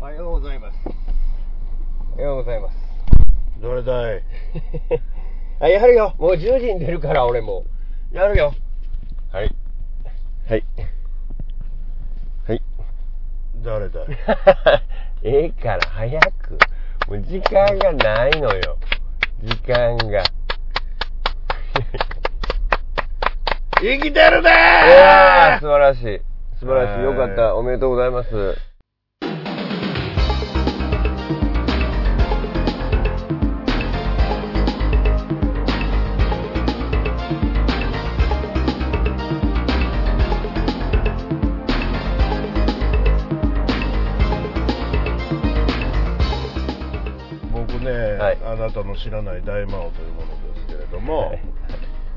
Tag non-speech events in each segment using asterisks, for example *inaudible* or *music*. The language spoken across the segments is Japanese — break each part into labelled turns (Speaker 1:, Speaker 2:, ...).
Speaker 1: はようございます。
Speaker 2: おはようございます。 *laughs*
Speaker 1: どれだい
Speaker 2: あ、やるよ。もう10時に出るから、俺もう。やるよ。
Speaker 1: はい。
Speaker 2: はい。はい。
Speaker 1: 誰だい
Speaker 2: *laughs* ええから、早く。もう時間がないのよ。時間が。
Speaker 1: 生きてる
Speaker 2: うわー素
Speaker 1: ね
Speaker 2: 晴らしい。素晴らしい。よかっ
Speaker 1: えー
Speaker 2: た。おめでとうございます。
Speaker 1: 僕ね、
Speaker 2: はい
Speaker 1: あなたの知らない大魔王というものですけれども、
Speaker 2: はい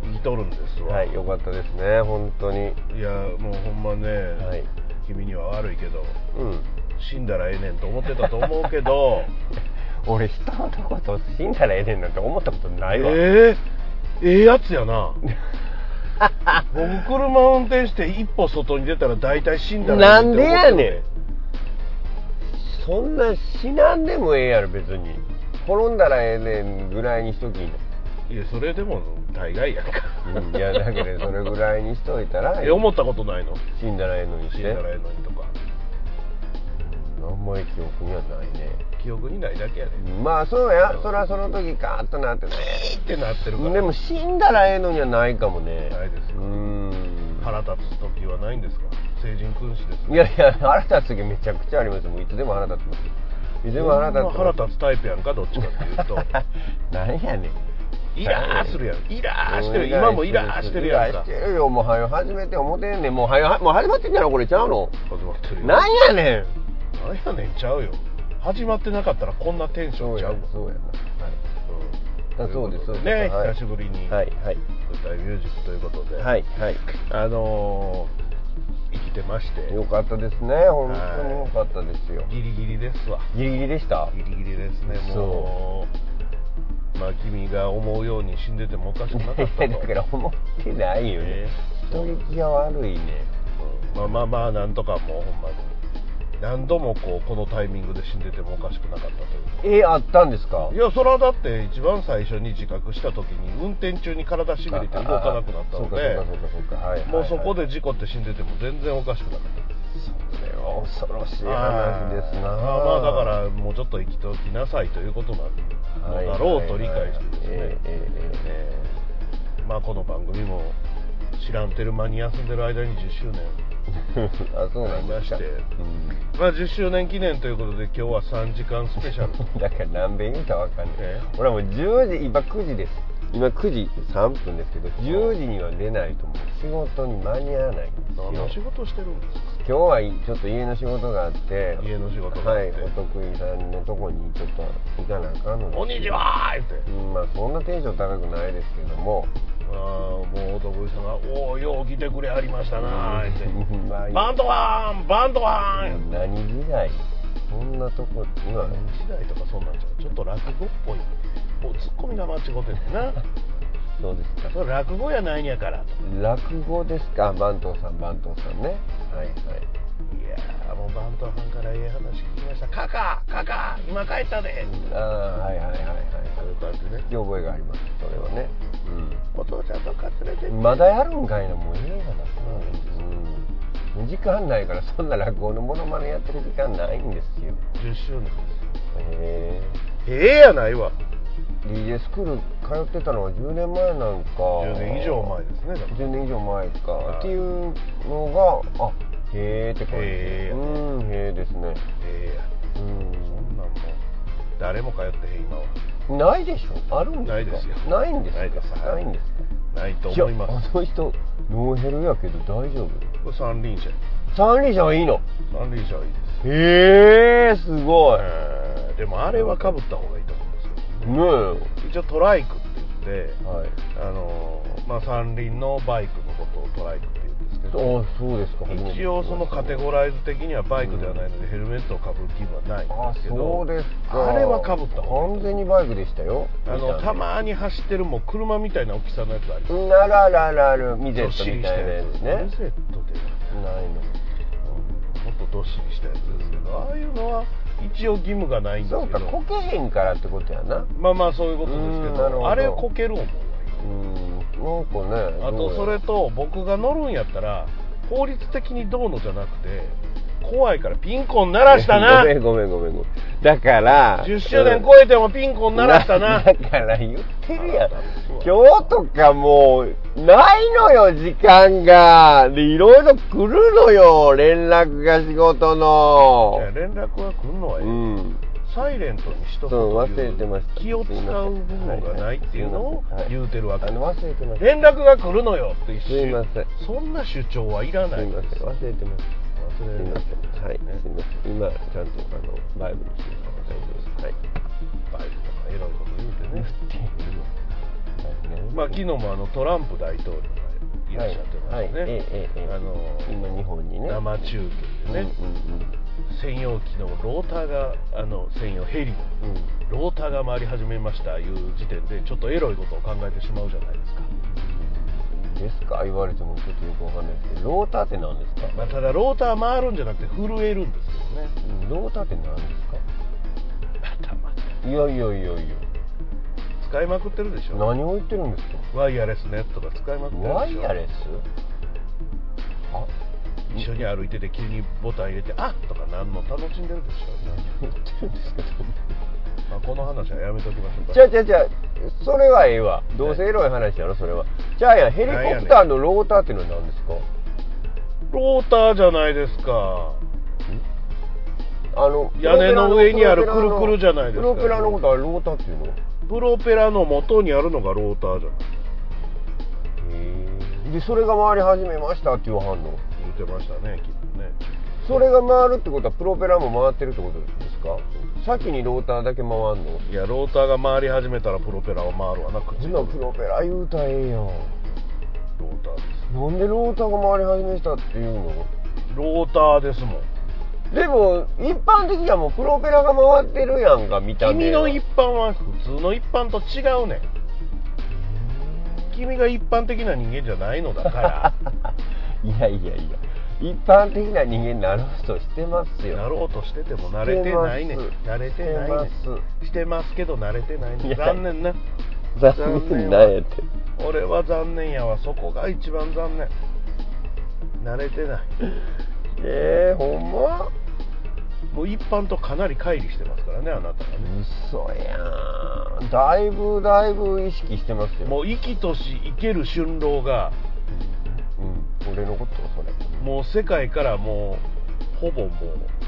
Speaker 1: 見とるんですわ。
Speaker 2: はい、よかったですね。本当に。
Speaker 1: いや、もうほんまね、
Speaker 2: はい。
Speaker 1: 君には悪いけど、
Speaker 2: うん。
Speaker 1: 死んだらええねんと思ってたと思うけ
Speaker 2: *laughs*
Speaker 1: ど、
Speaker 2: 俺、人のこと死んだらええねんなんて思ったことないわ。
Speaker 1: ええええやつやな。 *laughs* 僕車運転して一歩外に出たら大体死んだらええって思って
Speaker 2: な
Speaker 1: る
Speaker 2: んでやねんそんな死なんでもええやろ別に転んだらええねんぐらいにしときいい
Speaker 1: いやそれでも大概やんか、
Speaker 2: いやだけどそれぐらいにしといたら
Speaker 1: え思ったことないの
Speaker 2: 死んだらええのに
Speaker 1: 死
Speaker 2: し
Speaker 1: ん
Speaker 2: て
Speaker 1: だ
Speaker 2: あ
Speaker 1: らええのにとか
Speaker 2: んまり記憶にはないね
Speaker 1: 記憶にないだけやねん
Speaker 2: まあそうやそらその時ガーッとなってね
Speaker 1: ってなってるから
Speaker 2: でも死んだらええのにはないかもね
Speaker 1: ないですよ
Speaker 2: うーん
Speaker 1: 腹立つ時はないんですか成人君子です
Speaker 2: いやいや腹立つ時めちゃくちゃありますよもういつでも腹立ってますよいつでも腹立ってます
Speaker 1: ほんま腹立つタイプやんかどっちかっていうと
Speaker 2: 何やねん
Speaker 1: *laughs* イラーするやんイラーしてる今もイラーしてるやん
Speaker 2: イラー
Speaker 1: か
Speaker 2: してるよもうはよ始めて思てんねんもうはよもう始まってんじゃろこれちゃうの
Speaker 1: 始まってるよ
Speaker 2: なんやねん
Speaker 1: なんやねんちゃうよ始まってなかったらこんなテンションちゃうもん
Speaker 2: そうや
Speaker 1: うん
Speaker 2: なはいあそうですそうです
Speaker 1: ね
Speaker 2: はい
Speaker 1: 久しぶりに
Speaker 2: はいはい
Speaker 1: 舞台ミュージックということで、
Speaker 2: はいはい
Speaker 1: あのー生きてまして
Speaker 2: よかったですね本当によかったですよ
Speaker 1: ギリギリですわ
Speaker 2: ギリギリでした
Speaker 1: ギリギリですねもうまあ君が思うように死んでてもおかしくなか
Speaker 2: *laughs*
Speaker 1: ったと
Speaker 2: だから思ってないよね
Speaker 1: え
Speaker 2: 人聞きが悪いね
Speaker 1: えまあまあまあなんとかもうほんまに何度もこうこのタイミングで死んでてもおかしくなかったという
Speaker 2: えあったんですか
Speaker 1: いやそれはだって一番最初に自覚した時に運転中に体しびれて動かなくなったので
Speaker 2: ああそうかそうかそうかそうかはいはい
Speaker 1: もうそこで事故って死んでても全然おかしくなかった
Speaker 2: それは恐ろしい話ですな
Speaker 1: あーまあだからもうちょっと生きておきなさいということなんだろうと理解してですね、
Speaker 2: ええええええ
Speaker 1: えーまあこの番組も知らんてる間に休んでる間に10周年
Speaker 2: *laughs* あそうなんですか
Speaker 1: ありまして
Speaker 2: う
Speaker 1: まあ10周年記念ということで今日は3時間スペシャル
Speaker 2: んだから何遍言うかわかんない、
Speaker 1: ええ
Speaker 2: 俺はもう10時今9時です今9時3分ですけど10時には出ないともう仕事に間に合わないんですよ
Speaker 1: *laughs* 何の仕事してるんですか
Speaker 2: 今日はちょっと家の仕事があって
Speaker 1: 家の仕事があって
Speaker 2: はいお得意さんのとこにちょっと行かなあかんの
Speaker 1: 「こん
Speaker 2: で
Speaker 1: にちは!」って
Speaker 2: うんまあそんなテンション高くないですけども
Speaker 1: ああもう男さんが「おおよう来てくれはりました *laughs* な」って
Speaker 2: うんまあい
Speaker 1: 「
Speaker 2: い
Speaker 1: バンドワンバンドワン!」
Speaker 2: 何時代そんなとこ今
Speaker 1: 時代とかそんなんちゃうちょっと落語っぽいもうツッコミが間違ってんねん *laughs* な
Speaker 2: そうですか
Speaker 1: それ落語やないんやからと
Speaker 2: 落語ですか番頭さん番頭さんねはいはい
Speaker 1: やーもうバントさんからええ話聞きましたカカカカ今帰ったで
Speaker 2: いああはいはいはいはい
Speaker 1: という感じでね
Speaker 2: 聞き覚えがありますそれはね
Speaker 1: お父ちゃんとか連れてって
Speaker 2: うんまだやるんかいなもう映画だうん、時間ないからそんな落語のものまねやってる時間ないんですよ
Speaker 1: 10周年です
Speaker 2: へ
Speaker 1: ええやないわ
Speaker 2: え DJ スクール通ってたのは10年前なんか
Speaker 1: 10年以上前ですねだから
Speaker 2: 10年以上前か、
Speaker 1: はい
Speaker 2: っていうのがあへえって感じ
Speaker 1: へー
Speaker 2: うんへえですね
Speaker 1: ええやそんなんもう誰も通ってへん今は
Speaker 2: うんないでしょあるんですか
Speaker 1: ないですよ
Speaker 2: ないんですか
Speaker 1: ないですはい
Speaker 2: ないんですか
Speaker 1: ないと思い
Speaker 2: や
Speaker 1: ます
Speaker 2: あの人ノーヘルやけど大丈夫
Speaker 1: これ三輪車
Speaker 2: 三輪車はいいの
Speaker 1: 三輪車はいいです
Speaker 2: へえすごいね
Speaker 1: えーでもあれはかぶった方がいいと思うんですよ
Speaker 2: えは
Speaker 1: 一応トライクって言って
Speaker 2: い
Speaker 1: あのーまあ、三輪のバイクのことをトライクって言うんですけ
Speaker 2: あ
Speaker 1: ど
Speaker 2: そうですか初めて
Speaker 1: 一応そのカテゴライズ的にはバイクではないのでヘルメットをかぶる義務はないん
Speaker 2: あ
Speaker 1: ですけど
Speaker 2: そうですか
Speaker 1: あれはかぶった方がいい
Speaker 2: 完全にバイクでしたよ
Speaker 1: あのたまに走ってるもう車みたいな大きさのやつあります
Speaker 2: なららららミゼット
Speaker 1: どっし
Speaker 2: み
Speaker 1: り
Speaker 2: たいなやつね
Speaker 1: ミゼットでは
Speaker 2: ない
Speaker 1: う
Speaker 2: の
Speaker 1: んもっとどっしりしたやつですけどああいうのは応義務がないんです
Speaker 2: そう
Speaker 1: け
Speaker 2: か
Speaker 1: ど
Speaker 2: こけへんからってことやな
Speaker 1: まあまあそういうことですけ
Speaker 2: うん
Speaker 1: ど
Speaker 2: なるほど
Speaker 1: あれこける思う
Speaker 2: うんなんかね
Speaker 1: あとそれ
Speaker 2: ど
Speaker 1: と僕が乗るんやったら法律的にどうのじゃなくて怖いからピンコン鳴
Speaker 2: うや
Speaker 1: らしたな
Speaker 2: *laughs* ごめんごめんごめんごめんだから
Speaker 1: 10周年超えてもピンコン鳴らしたな
Speaker 2: *laughs* だから言ってるやん
Speaker 1: あなた
Speaker 2: 今日とかもうないのよ時間がでいろいろ来るのよ連絡が仕事の
Speaker 1: いや連絡が来るのは
Speaker 2: う
Speaker 1: ええ
Speaker 2: ん
Speaker 1: サイレントにしとくと
Speaker 2: そう
Speaker 1: いう
Speaker 2: 忘れてました
Speaker 1: 気を使う部分がないっていうのを言うてるわけ
Speaker 2: あの忘れてました
Speaker 1: 連絡が来るのよって一
Speaker 2: すいま
Speaker 1: 瞬
Speaker 2: せん
Speaker 1: そんな主張はいらな
Speaker 2: す
Speaker 1: い
Speaker 2: いません忘れてましたす
Speaker 1: 忘
Speaker 2: い
Speaker 1: れ
Speaker 2: ま
Speaker 1: な
Speaker 2: せんはいすいません今ちゃんとあのバイブにしてます大丈夫ですはい
Speaker 1: バイブとかえらいこと言うてね
Speaker 2: はい
Speaker 1: まあ昨日もあのトランプ大統領がいらっしゃってま
Speaker 2: はい
Speaker 1: すね、
Speaker 2: はいええええええ
Speaker 1: あの
Speaker 2: 今日本にね
Speaker 1: 生中継でね、
Speaker 2: うんうんうん
Speaker 1: 専用機のローターがあの専用ヘリのローターが回り始めましたいう時点でちょっとエロいことを考えてしまうじゃないですか、
Speaker 2: ですか言われてもちょっとよくわかんないですけどローターって何ですか、
Speaker 1: まあ、ただローター回るんじゃなくて震えるんですけどね
Speaker 2: ローターって何ですか
Speaker 1: 頭
Speaker 2: いやいやいやいや
Speaker 1: 使いまくってるでしょ
Speaker 2: 何を言ってるんですか
Speaker 1: ワイヤレスネットが使いまくってるでしょ
Speaker 2: ワイヤレスあ
Speaker 1: 一緒に歩いてて急にボタン入れてあっとかなんの楽しんでるでし
Speaker 2: 言ってるんです
Speaker 1: *laughs*
Speaker 2: か
Speaker 1: ょ、まあ、この話はやめときましょうか
Speaker 2: じゃあじゃあじゃあそれはええわどうせエロい話やろそれはじゃあやヘリコプターのローターっていうのは何ですか
Speaker 1: ローターじゃないですか
Speaker 2: あの
Speaker 1: 屋根の上にあるくるくるじゃないですか
Speaker 2: プロペラのことはローターっていうのへ
Speaker 1: プロペラの元にあるのがローターじゃない
Speaker 2: えでそれが回り始めましたっていう反応
Speaker 1: 言ってましたねきっとね
Speaker 2: それが回るってことはプロペラも回ってるってことですか先にローターだけ回んの
Speaker 1: いやローターが回り始めたらプロペラは回るわなく
Speaker 2: そ
Speaker 1: ち
Speaker 2: ん
Speaker 1: ロ
Speaker 2: な
Speaker 1: ー
Speaker 2: プロペラ言うたらええやん
Speaker 1: ターで
Speaker 2: なんでローターが回り始めたっていうの
Speaker 1: すローターですもん
Speaker 2: でも一般的にはもうプロペラが回ってるやんか見た目
Speaker 1: 君の
Speaker 2: は
Speaker 1: 一般は普通の一般と違うねん君が一般的な人間じゃないのだから
Speaker 2: *laughs* いやいやいや一般的な人間になろうとしてますよ
Speaker 1: なろうとしてても慣れてないねん
Speaker 2: してます
Speaker 1: 慣れてないねん
Speaker 2: してま
Speaker 1: してますけど慣れてない
Speaker 2: い
Speaker 1: ねん
Speaker 2: や
Speaker 1: 残念な
Speaker 2: 残念なんやって
Speaker 1: 俺は残念やわそこが一番残念慣れてない
Speaker 2: えー、ほんま
Speaker 1: もう一般とかなり乖離してますからねあなたがね
Speaker 2: 嘘やんだいぶだいぶ意識してますよ
Speaker 1: もう生きとし生ける春郎が
Speaker 2: うん、俺のこと
Speaker 1: *laughs*
Speaker 2: それ
Speaker 1: もう世界からもうほぼもう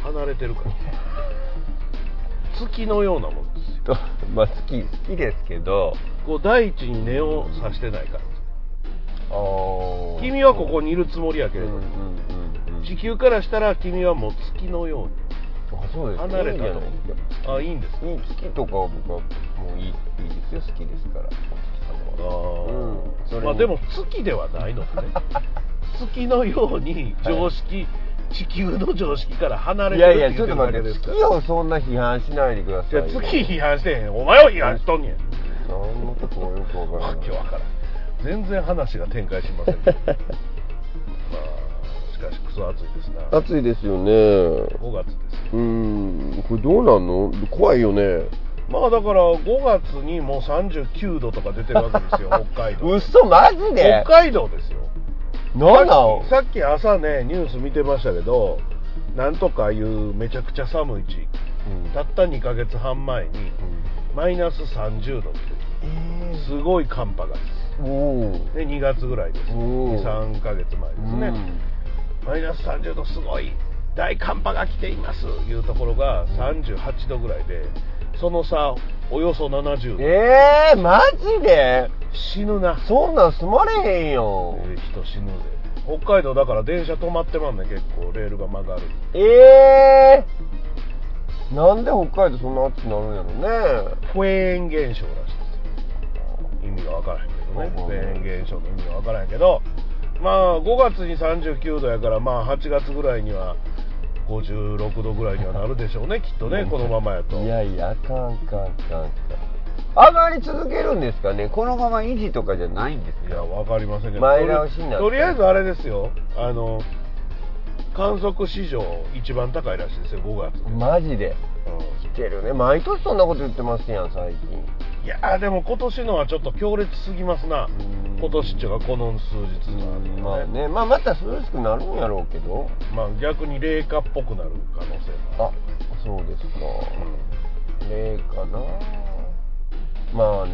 Speaker 1: 離れてるから
Speaker 2: *laughs*
Speaker 1: 月のようなもんですよ
Speaker 2: とまあ好き好きですけど
Speaker 1: こう大地に根をさしてないから
Speaker 2: あ
Speaker 1: 君はここにいるつもりやけ
Speaker 2: うん
Speaker 1: れど
Speaker 2: うんうんうん
Speaker 1: 地球からしたら君はもう月のように
Speaker 2: あそうです
Speaker 1: 離れたと
Speaker 2: いいじゃないですか
Speaker 1: あいいんです
Speaker 2: いい月とかは僕はもういいいいですよ好きですからお月様はうんそれ
Speaker 1: あ
Speaker 2: に
Speaker 1: まあでも月ではないのね
Speaker 2: *laughs*
Speaker 1: 月のように常識、地球の常識から離れ
Speaker 2: い
Speaker 1: てる
Speaker 2: や
Speaker 1: って
Speaker 2: い
Speaker 1: 言
Speaker 2: や
Speaker 1: ってるだ
Speaker 2: ちょっと待
Speaker 1: け
Speaker 2: っ
Speaker 1: で
Speaker 2: て
Speaker 1: すか
Speaker 2: 月をそんな批判しないでくださ
Speaker 1: ら
Speaker 2: いよ
Speaker 1: いや月批判してへんお前を批判しとんねん
Speaker 2: 何のこともよくわから
Speaker 1: わ
Speaker 2: ない
Speaker 1: けわからん全然話が展開しま
Speaker 2: *laughs*
Speaker 1: せんけどまあしかしクソ暑いですな
Speaker 2: 暑いですよね
Speaker 1: 5月です
Speaker 2: うんこれどうなんの怖いよね
Speaker 1: まあだから5月にもう39度とか出てるわけです
Speaker 2: *laughs*
Speaker 1: よ北海道
Speaker 2: 嘘マジ
Speaker 1: 北
Speaker 2: で
Speaker 1: 海道ですよ
Speaker 2: なんなん
Speaker 1: さっきさっき朝ねニュース見てましたけどなんとかいうめちゃくちゃ寒い地域
Speaker 2: うん
Speaker 1: たった2ヶ月半前にマイナス30度っていうすごい寒波が
Speaker 2: おー
Speaker 1: で2月ぐらいです
Speaker 2: おー
Speaker 1: 23ヶ月前ですね、マイナス30度すごい大寒波が来ていますいうところが38度ぐらいでその差およそ70
Speaker 2: うん
Speaker 1: 度
Speaker 2: えー、マジで
Speaker 1: 死ぬな、
Speaker 2: そんなん住まれへんよ
Speaker 1: えー人死ぬで北海道だから電車止まってまんね結構レールが曲がる
Speaker 2: ええー、なんで北海道そんな暑くなるんやろね
Speaker 1: フェーン現象らしいですよ意味がわからへんけどね
Speaker 2: うん
Speaker 1: フェーン現象の意味がわからへんけどまあ5月に39度やからまあ8月ぐらいには56度ぐらいにはなるでしょうねきっとねこのままやと
Speaker 2: いやいやあかんあかんあかんあかん上がり続けるんですかねこのまま維持とかじゃないんです
Speaker 1: いや、
Speaker 2: か
Speaker 1: わかりませんけど。
Speaker 2: 前倒しになった
Speaker 1: とりあえずあれですよ。あの、観測史上一番高いらしいですよ、5月。
Speaker 2: マジで
Speaker 1: うん
Speaker 2: してるね毎年そんなこと言ってますやん最近
Speaker 1: いやーでも今年のはちょっと強烈すぎますな
Speaker 2: うん
Speaker 1: 今年っていうかこの数日のね
Speaker 2: まあねまあまた涼しくなるんやろうけど
Speaker 1: まあ逆に冷夏っぽくなる可能性も
Speaker 2: あそうですか
Speaker 1: ある
Speaker 2: 例かなまあね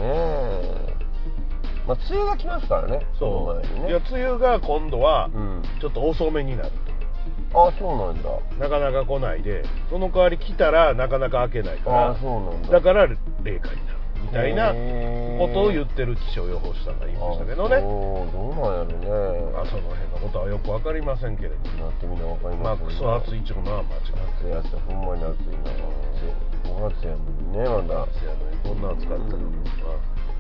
Speaker 2: まあ梅雨が来ますからね
Speaker 1: そ
Speaker 2: の前
Speaker 1: う
Speaker 2: に
Speaker 1: い
Speaker 2: ね
Speaker 1: や梅雨が今度は
Speaker 2: うん
Speaker 1: ちょっと遅めになる
Speaker 2: あそうなんだ
Speaker 1: なかなか来ないでその代わり来たらなかなか開けないか
Speaker 2: あ
Speaker 1: ら
Speaker 2: そうなんだ
Speaker 1: だから冷夏になるみたいな
Speaker 2: へー
Speaker 1: ことを言ってる気象予報士さんが言いましたけど
Speaker 2: あ
Speaker 1: ね
Speaker 2: そうどうなんやろね
Speaker 1: まあその辺のことはよく分かりませんけれど
Speaker 2: なってみなわかり
Speaker 1: まあ
Speaker 2: ます
Speaker 1: クソ暑いっちゅうのは間違いない
Speaker 2: 暑い暑いほんまに暑いな5月やもんねまだ
Speaker 1: せやねこんなん使ったら、まあ、
Speaker 2: うん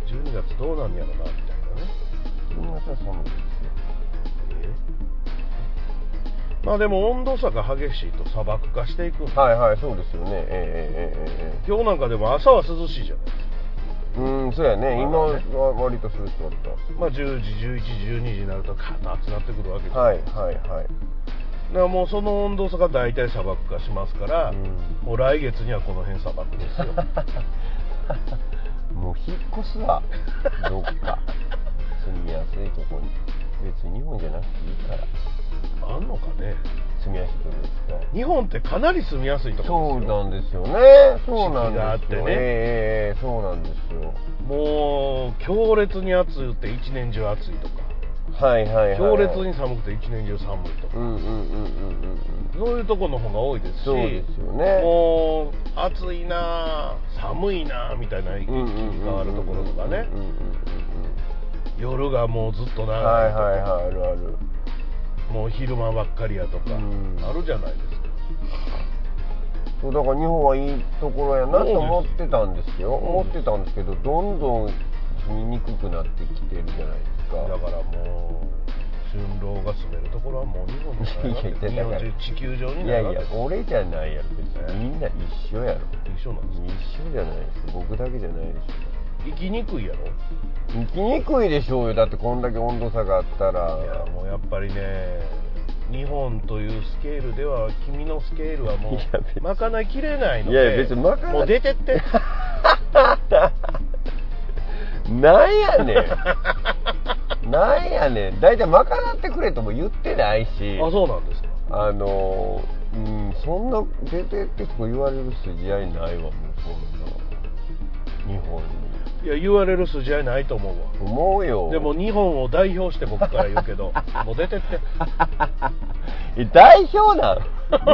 Speaker 1: 12月どうなんやろなみたいなね
Speaker 2: 12月は寒いです
Speaker 1: まあでも温度差が激しいと砂漠化していく、
Speaker 2: よはいはいそうですよねええええええええ
Speaker 1: 今日なんかでも朝は涼しいじゃない
Speaker 2: うんそうやね今
Speaker 1: まだ
Speaker 2: は
Speaker 1: ね
Speaker 2: 割と涼しかった
Speaker 1: まあ10時11時12時になるとカタッとなってくるわけです、
Speaker 2: はいはいはい
Speaker 1: だからもうその温度差が大体砂漠化しますから、
Speaker 2: うん
Speaker 1: もう来月にはこの辺砂漠です
Speaker 2: *laughs*
Speaker 1: よ
Speaker 2: もう引っ越す *laughs* わどっか住みやすいとこに別に日本じゃなくていいから
Speaker 1: あんのかね
Speaker 2: 住みやすいとこですから
Speaker 1: 日本ってかなり住みやすいと
Speaker 2: そ
Speaker 1: こ
Speaker 2: う
Speaker 1: ですよ
Speaker 2: なんですよねそうなん
Speaker 1: 四季があっ
Speaker 2: です
Speaker 1: て
Speaker 2: よ
Speaker 1: ね
Speaker 2: ええええええそうなんですよ
Speaker 1: もう強烈に暑いって一年中暑いとか
Speaker 2: はいはいはいはい
Speaker 1: 強烈に寒くて一年中寒いとか、
Speaker 2: うんうんうんうんうんうん
Speaker 1: そういうとこの方が多いですし
Speaker 2: そうですよね
Speaker 1: もう暑いなあ寒いなあみたいな一気
Speaker 2: うんうんうんうん
Speaker 1: に変わるところとかね
Speaker 2: うんうんうん
Speaker 1: 夜がもうずっと
Speaker 2: うんは
Speaker 1: 長い
Speaker 2: い
Speaker 1: とか、
Speaker 2: はいはいあるある
Speaker 1: もう昼間ばっかりやとか
Speaker 2: うん
Speaker 1: あるじゃないですか
Speaker 2: そうだから日本はいいところやなと思ってたんですよ思ってたんですけどどんどん住みにくくなってきてるじゃないですか
Speaker 1: だからもう春郎が住めるところはもう日本じ
Speaker 2: *laughs*
Speaker 1: ゃないわけです
Speaker 2: い
Speaker 1: 日本中地
Speaker 2: やいやだから
Speaker 1: 球上に
Speaker 2: い
Speaker 1: な
Speaker 2: や
Speaker 1: るわ
Speaker 2: い
Speaker 1: け
Speaker 2: や
Speaker 1: です
Speaker 2: 俺じゃないやろ別にみんな一緒やろ
Speaker 1: 一緒なんです
Speaker 2: 一緒じゃないです僕だけじゃないでし
Speaker 1: 生きにくいやろ
Speaker 2: ょ行きにくいでしょうよだってこんだけ温度差があったら
Speaker 1: いやもうやっぱりね日本というスケールでは君のスケールはも
Speaker 2: いや別
Speaker 1: う
Speaker 2: に
Speaker 1: まかないきれないの
Speaker 2: い
Speaker 1: で
Speaker 2: やいや別にまかない
Speaker 1: もう出てって
Speaker 2: *laughs* なんやねんなんやねん大体まかなってくれとも言ってないし
Speaker 1: あそうなんですか
Speaker 2: あのうんそんな出てってとか言われる筋合いないわもうそんな日本に
Speaker 1: いや言われる筋合いないと思う
Speaker 2: 思うよ
Speaker 1: わでも日本を代表して僕から言うけ
Speaker 2: *laughs*
Speaker 1: どもう出てって
Speaker 2: え代
Speaker 1: *laughs*
Speaker 2: 表なん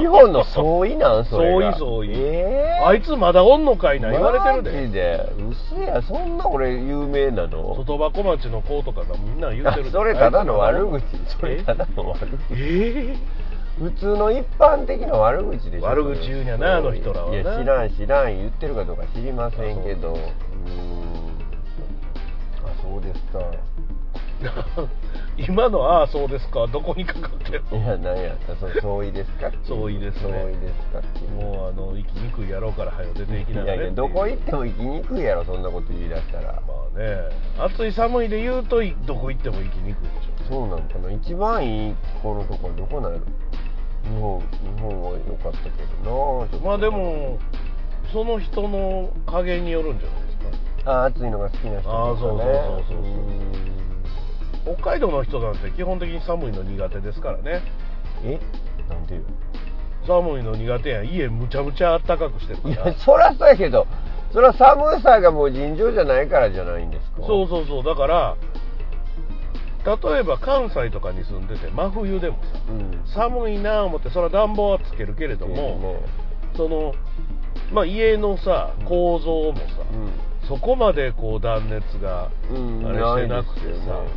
Speaker 2: 日本の総意なんそれが
Speaker 1: 総意総意
Speaker 2: えー、
Speaker 1: あいつまだおんのかいな言われてる
Speaker 2: マ
Speaker 1: で
Speaker 2: ジで嘘やそんな俺有名なの
Speaker 1: 外箱町の子とかがみんな言ってるで
Speaker 2: あそれただの悪口そ
Speaker 1: え
Speaker 2: れただの悪口
Speaker 1: え *laughs*
Speaker 2: 普通の一般的な悪口でしょ
Speaker 1: 悪口言うにゃなあの人らはない
Speaker 2: や知らん知らん言ってるかどうか知りませんけどうーんあそうですか
Speaker 1: え今の「ああそうですか」どこにかかってる
Speaker 2: いや何やったそう相違ですかっていう
Speaker 1: 相違ですね
Speaker 2: 相違ですかっていう
Speaker 1: もうあの生きにくい野郎から早う出ていきながら
Speaker 2: い
Speaker 1: ね
Speaker 2: やいやどこ行っても行きにくいやろそんなこと言い出したら
Speaker 1: まあね暑い寒いで言うといどこ行っても行きにくいでし
Speaker 2: そうなのかな一番いい気候のとこはどこなの日本日本は良かったけどなちょっ
Speaker 1: ょ
Speaker 2: と
Speaker 1: まあでもその人の加減によるんじゃないですか
Speaker 2: あ暑いのが好きな人とかね
Speaker 1: あーそうそうそうそうそう
Speaker 2: ーん
Speaker 1: 北海道の人なんて基本的に寒いの苦手ですからね
Speaker 2: えなんでよ
Speaker 1: 寒いの苦手やん家むちゃむちゃ暖かくしてるか
Speaker 2: い
Speaker 1: ら
Speaker 2: やそらそうやけどそら寒さがもう尋常じゃないからじゃないんですか
Speaker 1: そうそうそうだから例えば関西とかに住んでて真冬でも
Speaker 2: う、ん、
Speaker 1: さ寒いなあ思ってそれは暖房はつけるけれども、そのまあ家のさ構造もさ、そこまでこう断熱が
Speaker 2: うん、
Speaker 1: あれしてなくて
Speaker 2: いです
Speaker 1: さ
Speaker 2: よね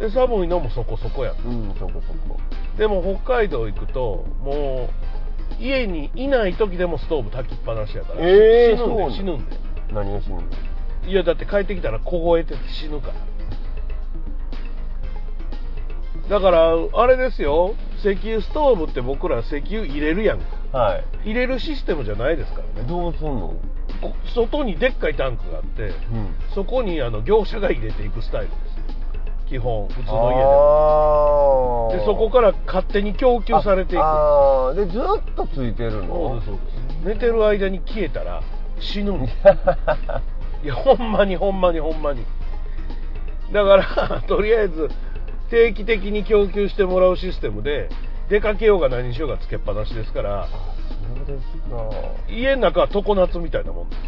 Speaker 1: で寒いのもそこそこやん
Speaker 2: うん、うん、そこそこ
Speaker 1: でも北海道行くともう家にいない時でもストーブ炊きっぱなしやから、
Speaker 2: えー
Speaker 1: 死ぬん
Speaker 2: そうな
Speaker 1: で
Speaker 2: の
Speaker 1: 死ぬんで
Speaker 2: 何が死ぬの
Speaker 1: いやだって帰ってきたら凍えてて死ぬからだからあれですよ石油ストーブって僕ら石油入れるやんか
Speaker 2: はい
Speaker 1: 入れるシステムじゃないですからね
Speaker 2: どうすんの
Speaker 1: こ外にでっかいタンクがあって
Speaker 2: うん
Speaker 1: そこにあの業者が入れていくスタイルです基本普通
Speaker 2: 普
Speaker 1: の家ではでそこから勝手に供給されていく
Speaker 2: ああーでずっとついてる
Speaker 1: そう
Speaker 2: の
Speaker 1: で
Speaker 2: *laughs*
Speaker 1: すそうです寝てる間に消えたら死ぬんですいやほんまにほんまにほんまにだから *laughs* とりあえず定期的に供給してもらうシステムで出かけようが何しようがつけっぱなしですから
Speaker 2: そうですか
Speaker 1: 家の中は常夏みたいなもんです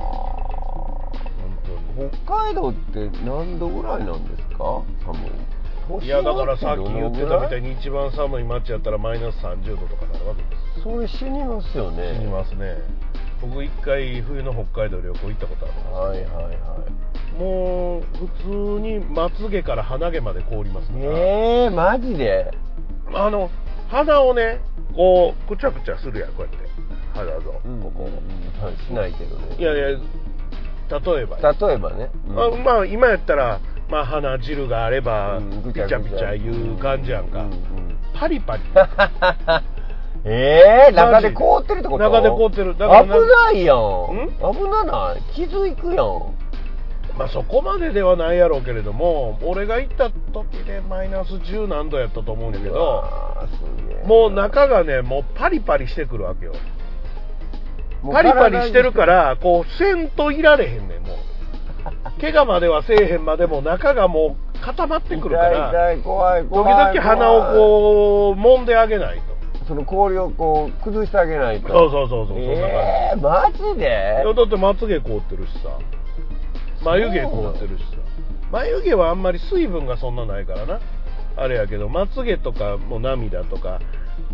Speaker 1: 本
Speaker 2: はあ
Speaker 1: 当に
Speaker 2: 北海道って何度ぐらいなんですか寒い
Speaker 1: いやだからさっき言ってたみたい
Speaker 2: に
Speaker 1: に一番寒い街やったらマイナス30度とかなるわけです
Speaker 2: それ死にますよね
Speaker 1: 死にますね僕一回冬の北海道旅行行ったことあるんですけど
Speaker 2: はいはいは
Speaker 1: もう普通にまつげから鼻毛まで凍ります
Speaker 2: い
Speaker 1: から、
Speaker 2: ねえマジで
Speaker 1: あの鼻をねこうくちゃくちゃするやんこうやって鼻のこ
Speaker 2: ここ
Speaker 1: こ、
Speaker 2: はいしないけどね
Speaker 1: いやいや例えば、
Speaker 2: 例えばね、うん
Speaker 1: あまあ今やったら、まあ、鼻汁があれば、
Speaker 2: うん
Speaker 1: ピチャピチャいう感じやんか、
Speaker 2: ううん
Speaker 1: パリ
Speaker 2: *laughs*
Speaker 1: パリ
Speaker 2: ええ
Speaker 1: マ
Speaker 2: 中
Speaker 1: ジ
Speaker 2: で凍ってるってこと
Speaker 1: 中で凍ってるだ
Speaker 2: だ
Speaker 1: から
Speaker 2: 危ないやん
Speaker 1: ん
Speaker 2: 危なない気づくやん
Speaker 1: まあそこまでではないやろうけれども俺が行った時でマイナス10何度やったと思うんだけ
Speaker 2: う
Speaker 1: ど
Speaker 2: わーすげえ
Speaker 1: もう中がねもうパリパリしてくるわけよ
Speaker 2: もう
Speaker 1: パリパリしてるか
Speaker 2: 体に
Speaker 1: らこうせんといられへんねんもう怪我まではせえへんまでも中がもう固まってくるから
Speaker 2: 痛い痛い怖い
Speaker 1: 時
Speaker 2: 怖い
Speaker 1: 々鼻をこう揉んであげないと
Speaker 2: うその氷をこう崩してあげないと
Speaker 1: そうそうそうそう、そんな感
Speaker 2: ええマジで
Speaker 1: じいやだってまつげ凍ってるしさ眉毛凍ってるしさ眉毛はあんまり水分がそんなないからなあれやけどまつげとかもう涙とか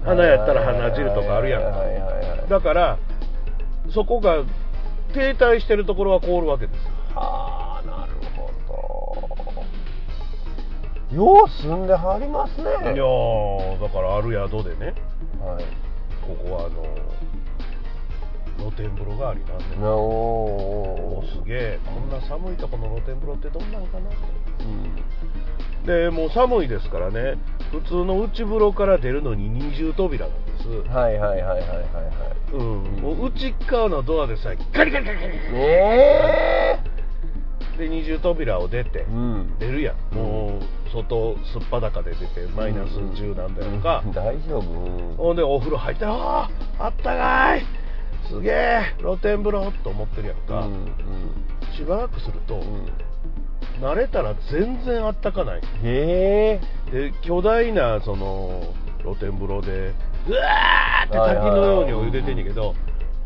Speaker 1: 鼻やったら鼻汁とかあるやん
Speaker 2: はいはいはいはい
Speaker 1: だからそこが停滞してるところは凍るわけですよ
Speaker 2: ああなるほどよう住んではりますね
Speaker 1: いやーだからある宿でね
Speaker 2: はい
Speaker 1: ここはあの露天風呂がありなんで、
Speaker 2: な
Speaker 1: お
Speaker 2: お
Speaker 1: お
Speaker 2: ー
Speaker 1: すげえこんな寒いとこの露天風呂ってどんなんかなって
Speaker 2: うん
Speaker 1: でもう寒いですからね普通の内風呂から出るのに二重扉なんです、
Speaker 2: はいはいはいはいはいはい
Speaker 1: うん、もう内側のドアでさえガリガリガリガリガリ
Speaker 2: え
Speaker 1: で二重扉を出て
Speaker 2: えうん
Speaker 1: 出るやんもう外すっぱだかで出てマイナス10なんだよとか、
Speaker 2: うん大丈夫
Speaker 1: ほんでお風呂入ったらあーあったかいすげえ露天風呂と思ってるやんか、
Speaker 2: うんうん
Speaker 1: しばらくすると、
Speaker 2: うん
Speaker 1: 慣れたら全然あったかない
Speaker 2: へえ
Speaker 1: で巨大なその露天風呂でうわーって滝のようにお湯出てんねんけど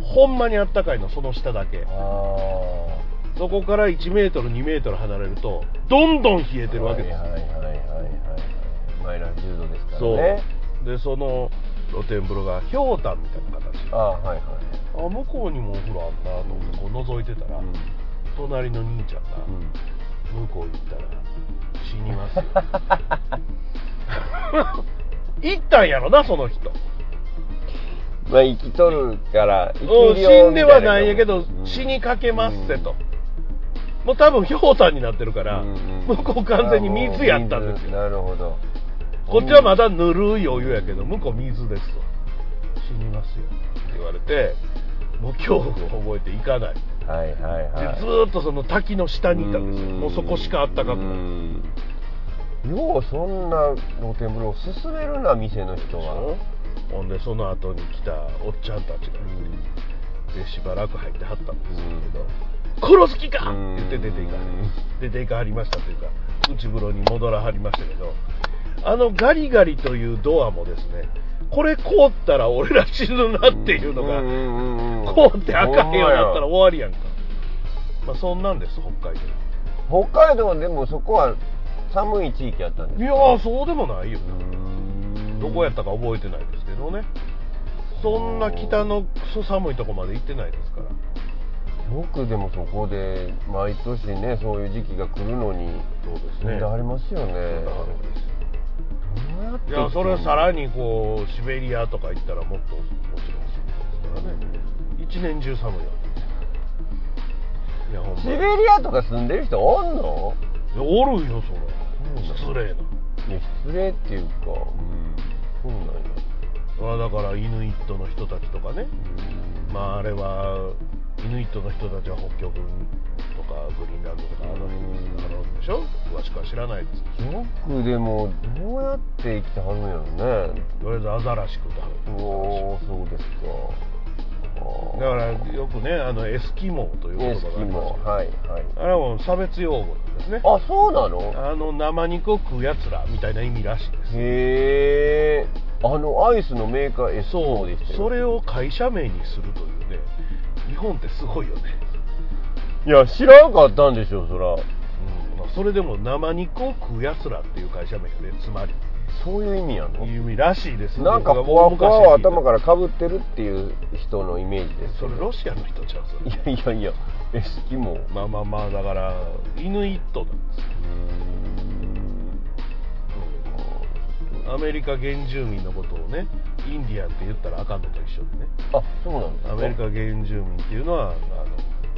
Speaker 1: ほんまにあったかいのその下だけ
Speaker 2: ああ
Speaker 1: そこから1メートル2メートル離れるとどんどん冷えてるわけですよ、
Speaker 2: はいはいはいはいはいマイナス10度ですから
Speaker 1: そう
Speaker 2: ね
Speaker 1: でその露天風呂が氷炭みたいな形
Speaker 2: ああはいはい
Speaker 1: あ向こうにもお風呂あんなと思ってこう覗いてたら、
Speaker 2: うん
Speaker 1: 隣の兄ちゃんが、
Speaker 2: うん
Speaker 1: 向こう行ったら死にますよ *laughs* 行ったんやろなその人
Speaker 2: まあ生きとるから生
Speaker 1: うん
Speaker 2: きるよ
Speaker 1: 死ん
Speaker 2: みた
Speaker 1: で
Speaker 2: い
Speaker 1: はないんやけど、
Speaker 2: うん
Speaker 1: 死にかけますってと、もう多分氷山になってるから、
Speaker 2: うんうん
Speaker 1: 向こう完全に水やったんですよ
Speaker 2: ああもう水なるほど
Speaker 1: こっちはまだぬるいお湯やけど向こう水ですと死にますよって言われてもう恐怖を覚えて行かない、
Speaker 2: はいはいはい
Speaker 1: でずーっとその滝の下にいたんですよもうそこしかあったかくない
Speaker 2: いようそんな露天風呂を勧めるな店の人は
Speaker 1: ほんでその後に来たおっちゃんたちがいて、でしばらく入ってはったんですけど「殺す気か!」って言って出ていかはり出ていかはりましたというか内風呂に戻らはりましたけどあのガリガリというドアもですねこれ凍ったら俺ら死ぬなっていうのが、
Speaker 2: が
Speaker 1: 凍ってあかんようになったら終わりやんか、まあ、そんなんです北海
Speaker 2: 北海道でもそこは寒い地域やったんです
Speaker 1: 道い
Speaker 2: か
Speaker 1: やーそうでもないよ、
Speaker 2: うん
Speaker 1: どこやったか覚えてないですけどねそんな北のクソ寒いとこまで行ってないですから
Speaker 2: よくでもそこで毎年ねそういう時期が来るのに
Speaker 1: そうです
Speaker 2: 住んでありますよねどうやって
Speaker 1: い
Speaker 2: 来てんの
Speaker 1: やそれさらにこうシベリアとか行ったらもっともちろんそうですからね一年中寒いわけいやほんま
Speaker 2: シベリアとか住んでる人おんの
Speaker 1: いやおるよそ
Speaker 2: う
Speaker 1: れ失礼
Speaker 2: ん
Speaker 1: ない
Speaker 2: や失礼っていうかうんそうなんや
Speaker 1: まあだからイヌイットの人たちとかねまああれはイイヌイットの人たちは北極とかグリーンランドとかあの辺にあるんでしょ詳しくは知らないです
Speaker 2: よくでもどうやって生きてはるんやろね
Speaker 1: とりあえずアザラシ食うてはる
Speaker 2: おおそうですか
Speaker 1: だからよくねあのエスキモーという言
Speaker 2: エス
Speaker 1: 葉があ
Speaker 2: キ
Speaker 1: ります
Speaker 2: モ
Speaker 1: けど
Speaker 2: はいはい
Speaker 1: あれはもう差別用語なんですね
Speaker 2: あそうなの
Speaker 1: あの生肉を食うやつらみたいな意味らしいです
Speaker 2: へえあのアイスのメーカーエスキモでしたよ
Speaker 1: それを会社名にするというね日本ってすごいよね、
Speaker 2: いや知らんかったんでしょそら
Speaker 1: うんまあそれでも生肉を食うやつらっていう会社名でつまり
Speaker 2: そういう意味やの
Speaker 1: いう意味らしいです
Speaker 2: なんかポワポワを頭からかぶってるっていう人のイメージです
Speaker 1: それロシアの人ちゃうそ
Speaker 2: い
Speaker 1: れ
Speaker 2: やいやいやエスキモ
Speaker 1: まあまあまあだからイヌイットなんですよ、うんアメリカ原住民のことをねインディアンって言ったらあかんのと一緒でね
Speaker 2: あそうなんですか
Speaker 1: アメリカ原住民っていうのはあ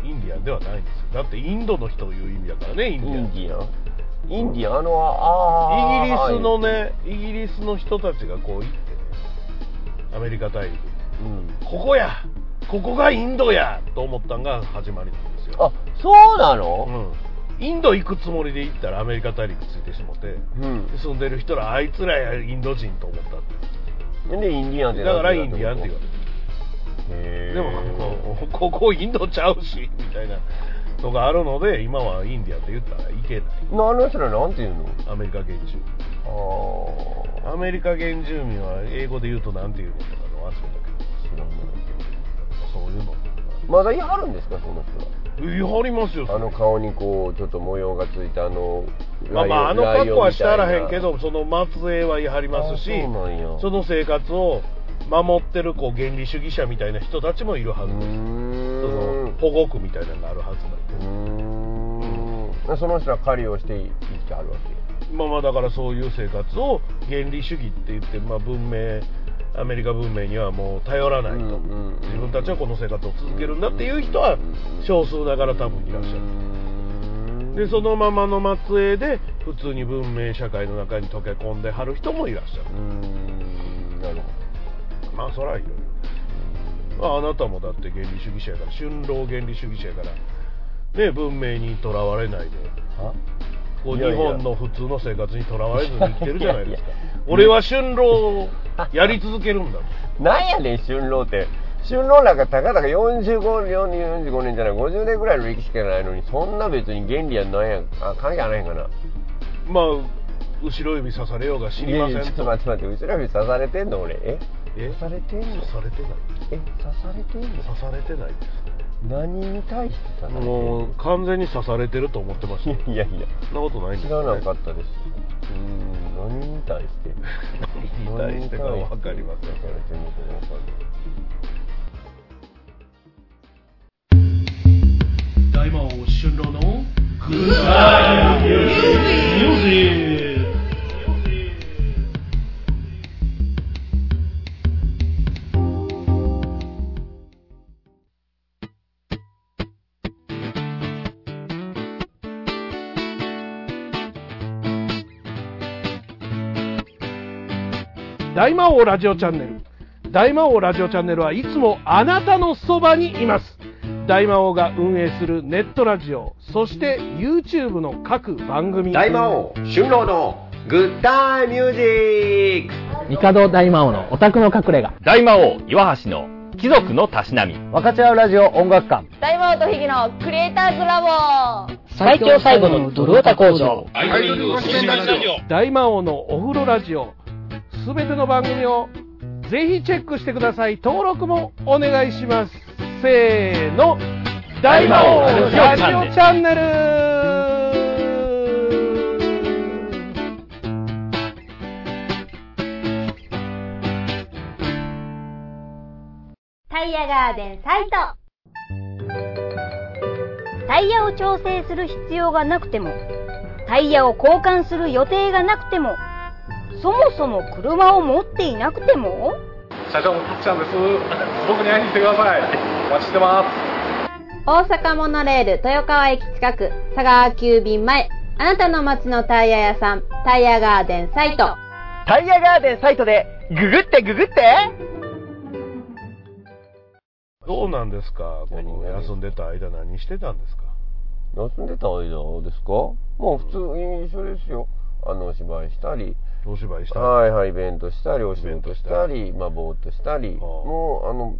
Speaker 1: のインディアンではないんですよだってインドの人という意味だからねイ
Speaker 2: イ
Speaker 1: ン
Speaker 2: ン
Speaker 1: ディアン
Speaker 2: ディアンインディアンあのああ
Speaker 1: イギリスの
Speaker 2: はい
Speaker 1: ねイギリスの人たちがこう行ってねアメリカ大陸
Speaker 2: うん
Speaker 1: ここやここがインドやと思ったんが始まりなんですよ
Speaker 2: あそうな
Speaker 1: あう
Speaker 2: の
Speaker 1: んインド行くつもりで行ったらアメリカ大陸ついてしもて
Speaker 2: うん
Speaker 1: 住んでる人らあいつらやインド人と思ったって
Speaker 2: でインディアンって
Speaker 1: だから
Speaker 2: な
Speaker 1: イ
Speaker 2: ん
Speaker 1: ン
Speaker 2: だ
Speaker 1: ディアンって言われて
Speaker 2: へえ
Speaker 1: でもここインドちゃうしみたいなのがあるので今はインディアンって言ったらいけない
Speaker 2: なあの人らなんて言う
Speaker 1: アメリカ原住民
Speaker 2: のああ
Speaker 1: アメリカ原住民は英語で言うとなんて言うのとかの忘れたけど
Speaker 2: 知らない
Speaker 1: そういうの
Speaker 2: まだ言い張るんですかその人ら
Speaker 1: 言い張りますよそれ
Speaker 2: あの顔にこうちょっと模様がついたあの
Speaker 1: まあまああの格好はしてあらへんけ
Speaker 2: あ
Speaker 1: どその末裔は言い張りますし
Speaker 2: あそうなんや
Speaker 1: その生活を守ってるこう原理主義者みたいな人たちもいるは
Speaker 2: う
Speaker 1: ず
Speaker 2: ー
Speaker 1: ですそ
Speaker 2: ん
Speaker 1: の保護区みたいなのがあるはずなんで
Speaker 2: うーんその人は狩りをして生きてあるわけ
Speaker 1: まあまあだからそういう生活を原理主義って言って、まあ、文明アメリカ文明にはもう頼らないと、
Speaker 2: うんうんうん
Speaker 1: 自分たちはこの生活を続けるんだっていう人は少数だから多分いらっしゃる、でそのままの末裔で普通に文明社会の中に溶け込んではる人もいらっしゃ
Speaker 2: うーんなるほ
Speaker 1: るまあそらいろいろ、まあ、あなたもだって原理主義者やから春老原理主義者やからね文明にとらわれないで
Speaker 2: どは
Speaker 1: こう
Speaker 2: いやいや
Speaker 1: 日本の普通の生活にとらわれずに生きてるじゃないですか
Speaker 2: いやいや
Speaker 1: 俺は春老をやり続けるんだ
Speaker 2: なんやねん春郎って春郎なんかたかだか45 45年じゃない50年ぐらいの歴史しかないのにそんな別に原理やなんやあ関係あらへんかな
Speaker 1: まあ後ろ指刺されようが知りません
Speaker 2: いやいやちょっと
Speaker 1: と
Speaker 2: 待って待って後ろ指刺されてんの俺え
Speaker 1: え
Speaker 2: 刺されてんの
Speaker 1: 刺されてない
Speaker 2: え刺されてんの
Speaker 1: 刺されてないです
Speaker 2: 何に対して刺されてん
Speaker 1: も
Speaker 2: の
Speaker 1: う完全に刺されてると思ってま
Speaker 2: *laughs*
Speaker 1: したよ
Speaker 2: いやいやいや
Speaker 1: そんなことないんです
Speaker 2: 知
Speaker 1: よ
Speaker 2: ら
Speaker 1: ね
Speaker 2: なかったですうーん何に対して
Speaker 1: 何に対してかわかりません
Speaker 2: 何に対して刺されてんのかわかんない
Speaker 1: 大魔王春郎のグッバイミュージック大魔王ラジオチャンネル大魔王ラジオチャンネルはいつもあなたのそばにいます大魔王が運営するネットラジオそして YouTube の各番組
Speaker 2: 大魔王春郎のグッタイミュージック
Speaker 3: 帝大魔王のオタクの隠れ家
Speaker 4: 大魔王岩橋の貴族のたしなみ
Speaker 3: 分かち合うラジオ音楽館
Speaker 5: 大魔王とヒゲのクリエイターズラボ
Speaker 3: 最強最後のドルオタ工場
Speaker 1: 大魔王のお風呂ラジオすべての番組をぜひチェックしてください登録もお願いしますせーの大魔王ラ
Speaker 4: ラ
Speaker 1: ジ
Speaker 4: ジ
Speaker 1: オ
Speaker 4: オ
Speaker 1: チ
Speaker 4: チ
Speaker 1: ャンネル
Speaker 5: タイヤガーデンサイトタイヤを調整する必要がなくてもタイヤを交換する予定がなくてもそもそも車を持っていなくても
Speaker 6: 社長もピッチャーです。僕に会いに来てください。お待ちしてます。
Speaker 7: 大阪モノレール豊川駅近く佐川急便前あなたの街のタイヤ屋さんタイヤガーデンサイト
Speaker 3: タイヤガーデンサイトでググってググって
Speaker 1: どうなんですかこ
Speaker 2: 何
Speaker 1: の
Speaker 2: 々
Speaker 1: 休んでた間何してたんですか
Speaker 2: 休んでた間ですかもう普通に一緒ですよあのお芝居したり
Speaker 1: お芝居した
Speaker 2: はいはいイベントしたりお仕
Speaker 1: イベン
Speaker 2: 事
Speaker 1: トし
Speaker 2: したた
Speaker 1: り
Speaker 2: りまあぼーっとしたり
Speaker 1: ああ
Speaker 2: もうあの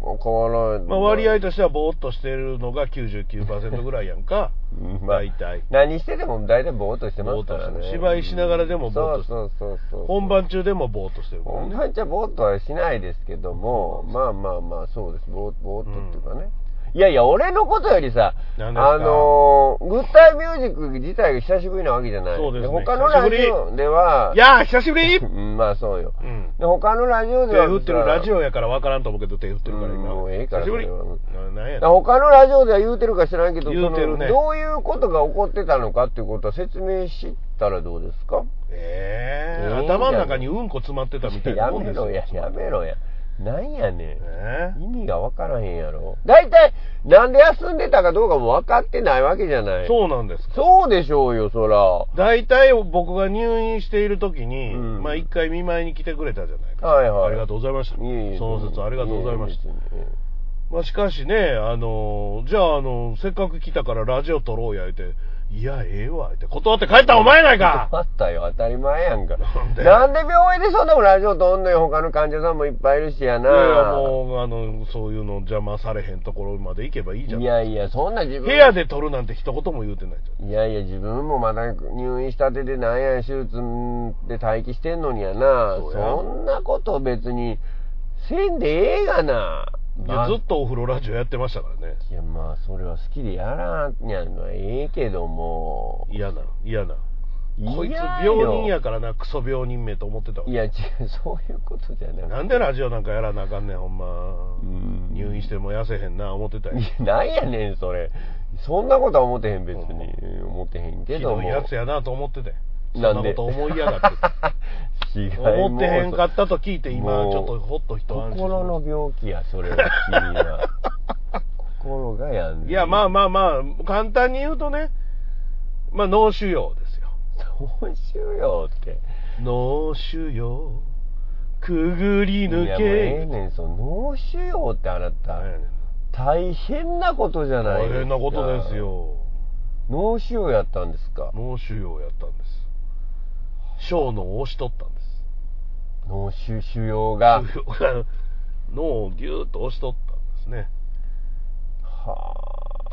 Speaker 2: 変わらない、
Speaker 1: まあ、割合としてはぼーっとしてるのが99%ぐらいやんか
Speaker 2: うんまあ
Speaker 1: 大体
Speaker 2: 何してでも大体ぼーっとしてま
Speaker 1: ぼー
Speaker 2: す
Speaker 1: っと
Speaker 2: から
Speaker 1: してる
Speaker 2: ね
Speaker 1: 芝居しながらでもぼーっとしてる
Speaker 2: そうそうそうそう
Speaker 1: 本番中でもぼーっとしてるから
Speaker 2: 本
Speaker 1: ね
Speaker 2: 番じゃぼーっとはしないですけどもまあまあまあそうですぼーぼーっとっていうかね、いやいや俺のことよりさ
Speaker 1: 何ですか
Speaker 2: あのーグッタイミュージック自体が久しぶりなわけじゃない
Speaker 1: そうですね
Speaker 2: 他のラジオではい
Speaker 1: やー久しぶり、
Speaker 2: うんまあそうよ
Speaker 1: うん、
Speaker 2: で他のラジオ
Speaker 1: 手
Speaker 2: では
Speaker 1: 振ってる
Speaker 2: さ
Speaker 1: ラジオやから分からんと思うけど手振ってるから
Speaker 2: うん
Speaker 1: 今
Speaker 2: もうええから
Speaker 1: 久しぶり
Speaker 2: それは
Speaker 1: ななんやねん
Speaker 2: 他のラジオでは言うてるか知らんけど
Speaker 1: 言うてるね
Speaker 2: そのどういうことが起こってたのかっていうことは説明したらどうですか
Speaker 1: ええ
Speaker 2: ええ
Speaker 1: 頭の中にうんこ詰まってたみたいな
Speaker 2: や
Speaker 1: もん
Speaker 2: め
Speaker 1: です
Speaker 2: ろ
Speaker 1: よ
Speaker 2: ややめろやなんやねん
Speaker 1: ね
Speaker 2: 意味が分からへんやろ大体なんで休んでたかどうかも分かってないわけじゃない
Speaker 1: そうなんですか
Speaker 2: そうでしょうよそら
Speaker 1: 大体僕が入院している時に、
Speaker 2: うん
Speaker 1: まあ一回見舞いに来てくれたじゃないか、
Speaker 2: はいはい
Speaker 1: ありがとうございました
Speaker 2: いえいえ
Speaker 1: その説ありがとうございました
Speaker 2: ええ
Speaker 1: まあ、しかしね、あのーじゃあ、あのーせっかく来たからラジオ撮ろうや、言うて、いや、ええわ、言うて、断って帰ったんお前やないか
Speaker 2: あったよ、当たり前やんか。
Speaker 1: なんで
Speaker 2: なんで病院でそんなもんラジオとんのよ、他の患者さんもいっぱいいるしや
Speaker 1: い
Speaker 2: *laughs* な。
Speaker 1: やいや、もう、あの、そういうの邪魔されへんところまで行けばいいじゃん。
Speaker 2: いやいや、そんな自分。
Speaker 1: 部屋で撮るなんて一言も言うてないじゃん。
Speaker 2: いやいや、自分もまだ入院したてでなんや、手術で待機してんのにやな。
Speaker 1: そう
Speaker 2: そ
Speaker 1: や
Speaker 2: んなこと別に、せんでええがな。
Speaker 1: い
Speaker 2: ま
Speaker 1: や
Speaker 2: あ
Speaker 1: ずっとお風呂ラジオやってましたからね。
Speaker 2: いや、まあ、それは好きでやらんやんのはええけども。
Speaker 1: 嫌な、嫌な。こいつ
Speaker 2: 嫌よ
Speaker 1: 病人やからな、クソ病人名と思ってたわ
Speaker 2: いや、違う、そういうことじゃなくて。
Speaker 1: なんでラジオなんかやらなあかんねん、ほんま
Speaker 2: う。ん
Speaker 1: 入院しても痩せへんな、思ってたよ。
Speaker 2: いやなんやねん、それ。そんなことは思ってへん、別に。思ってへんけ
Speaker 1: ひ
Speaker 2: ども。
Speaker 1: どいやつやなと思ってたよ。そん
Speaker 2: な
Speaker 1: なん
Speaker 2: で
Speaker 1: こと思いやがって。
Speaker 2: *laughs* 違います
Speaker 1: 思ってへんかったと聞いて今
Speaker 2: もう
Speaker 1: ちょっとほっと一安心
Speaker 2: 心の病気や、それは。君
Speaker 1: *laughs*
Speaker 2: は。心がや *laughs* んでる
Speaker 1: いやまあまあまあ簡単に言うとねまあ脳腫瘍ですよ
Speaker 2: どうしようよって。
Speaker 1: 脳腫瘍くぐり
Speaker 2: い
Speaker 1: 抜
Speaker 2: や、もう
Speaker 1: け
Speaker 2: ええねん、その脳腫瘍ってあなた、
Speaker 1: 何やねん
Speaker 2: 大変なことじゃな
Speaker 1: 大
Speaker 2: いですか
Speaker 1: 変なことです。よ
Speaker 2: 脳腫瘍やったんですか。
Speaker 1: 脳腫瘍やったんです小脳を押しとったんです
Speaker 2: 脳腫腫瘍が。
Speaker 1: 腫瘍が *laughs* 脳をギューッと押しとったんですね
Speaker 2: は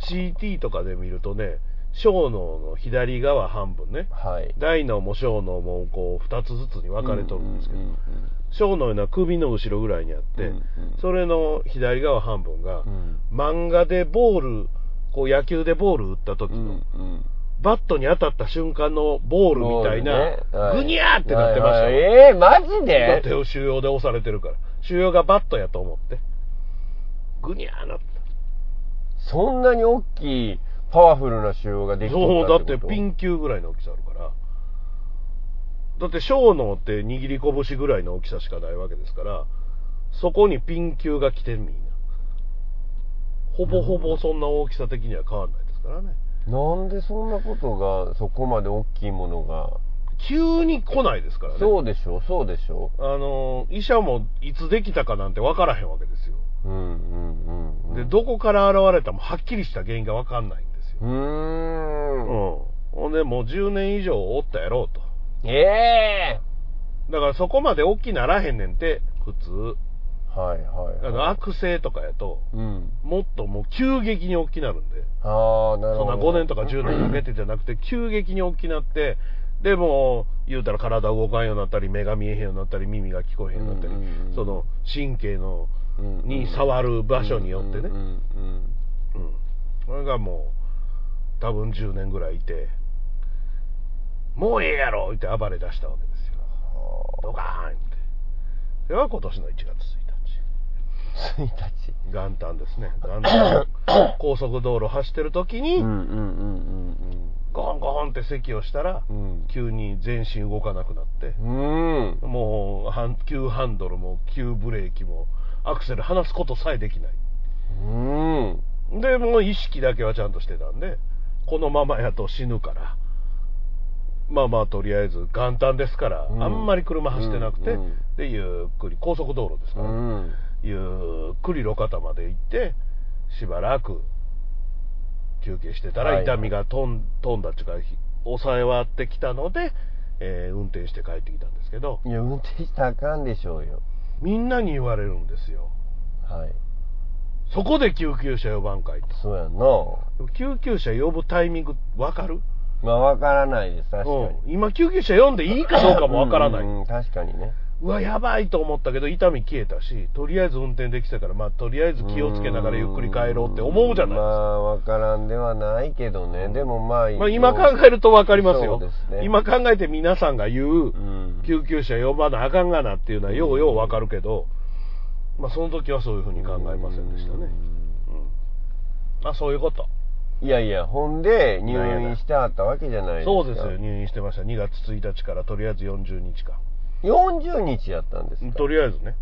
Speaker 1: CT とかで見るとね小脳の左側半分ね
Speaker 2: あ。はい。
Speaker 1: 大脳も小脳もこう2つずつに分かれとるんですけど、
Speaker 2: うううん
Speaker 1: 小脳いうのは首の後ろぐらいにあって、
Speaker 2: うんうん
Speaker 1: それの左側半分が、
Speaker 2: うん
Speaker 1: 漫画でボールこう野球でボール打った時
Speaker 2: う
Speaker 1: の、
Speaker 2: んうん
Speaker 1: バットに当たった瞬間のボールみたいな、ぐにゃーってなってましたよ、
Speaker 2: はいはいえー、マジ
Speaker 1: だっ
Speaker 2: で
Speaker 1: て収容で押されてるから収容がバットやと思ってぐにゃーなって
Speaker 2: そんなに大きいパワフルな腫瘍ができと
Speaker 1: そうだ
Speaker 2: た
Speaker 1: って
Speaker 2: こと
Speaker 1: ピン球ぐらいの大きさあるからだって小脳って握り拳ぐらいの大きさしかないわけですからそこにピン球が来てみんなほぼほぼそんな大きさ的には変わらないですからね
Speaker 2: なんでそんなことがそこまで大きいものが、
Speaker 1: 急に来ないですからね
Speaker 2: そうでしょそうでしょ
Speaker 1: あの医者もいつできたかなんて分からへんわけですよ
Speaker 2: うんうんうん、うん、
Speaker 1: でどこから現れたもはっきりした原因が分かんないんですよ、
Speaker 2: うーん、
Speaker 1: うん、ほんでもう10年以上おったやろうと
Speaker 2: ええ
Speaker 1: だからそこまで大きならへんねんて普通
Speaker 2: はいはい、はい、
Speaker 1: あの悪性とかやと、
Speaker 2: うん
Speaker 1: もっともう急激に大きなるんで、
Speaker 2: ああなる
Speaker 1: そ
Speaker 2: ほ
Speaker 1: んな
Speaker 2: ど
Speaker 1: 5年とか10年かけてじゃなくて、急激に大きなって、でもう、言うたら体動かんようになったり、目が見えへんようになったり、耳が聞こえへんようになったり
Speaker 2: うんうんうん、
Speaker 1: その神経の
Speaker 2: うんうん
Speaker 1: に触る場所によってね
Speaker 2: うん、うん
Speaker 1: うんそれがもう、多分10年ぐらいいて、もうええやろって暴れ出したわけですよ、ドカーンって。それは今年の1月1日。
Speaker 2: うん、1日
Speaker 1: 元旦ですね元旦 *coughs* 高速道路走ってる時に、
Speaker 2: うんうんうん
Speaker 1: ゴンゴンって咳をしたら、
Speaker 2: うんうん
Speaker 1: 急に全身動かなくなって、
Speaker 2: うんうん
Speaker 1: もうハン急ハンドルも急ブレーキもアクセル離すことさえできない
Speaker 2: うん
Speaker 1: でもう意識だけはちゃんとしてたんでこのままやと死ぬからまあまあとりあえず元旦ですから、
Speaker 2: うん
Speaker 1: あんまり車走ってなくて、
Speaker 2: うんうん
Speaker 1: でゆっくり高速道路です
Speaker 2: う
Speaker 1: から、
Speaker 2: ん
Speaker 1: ゆっくり路肩まで行ってしばらく休憩してたら
Speaker 2: はい
Speaker 1: 痛みが飛ん,、飛んだっていうかひ抑えわってきたので、えー運転して帰ってきたんですけど
Speaker 2: いや運転したらあかんでしょうよ
Speaker 1: みんなに言われるんですよ
Speaker 2: はい
Speaker 1: そこで救急車呼ばんかいと
Speaker 2: そうやん
Speaker 1: で
Speaker 2: な
Speaker 1: も救急車呼ぶタイミングわかる
Speaker 2: まあわからないです確かに、
Speaker 1: うん、今救急車呼んでいいかどうかもわからない、
Speaker 2: う
Speaker 1: うん
Speaker 2: うん確かにね
Speaker 1: わやばいと思ったけど痛み消えたしとりあえず運転できたからまあとりあえず気をつけながらゆっくり帰ろうって思うじゃないです
Speaker 2: ま
Speaker 1: か、
Speaker 2: あわからんではないけどねでもまあ、
Speaker 1: まあ、今考えるとわかりますよ
Speaker 2: そうですね
Speaker 1: 今考えて皆さんが言う
Speaker 2: うん
Speaker 1: 救急車呼ばなあかんがなっていうのはようようわかるけど、まあ、その時はそういうふうに考えませんでしたね、うんまあそういうこと
Speaker 2: いやいやほんで入院してあったわけじゃないですか
Speaker 1: そうですよ入院してました2月1日からとりあえず40日間
Speaker 2: 40日やったんですか
Speaker 1: とりあえずね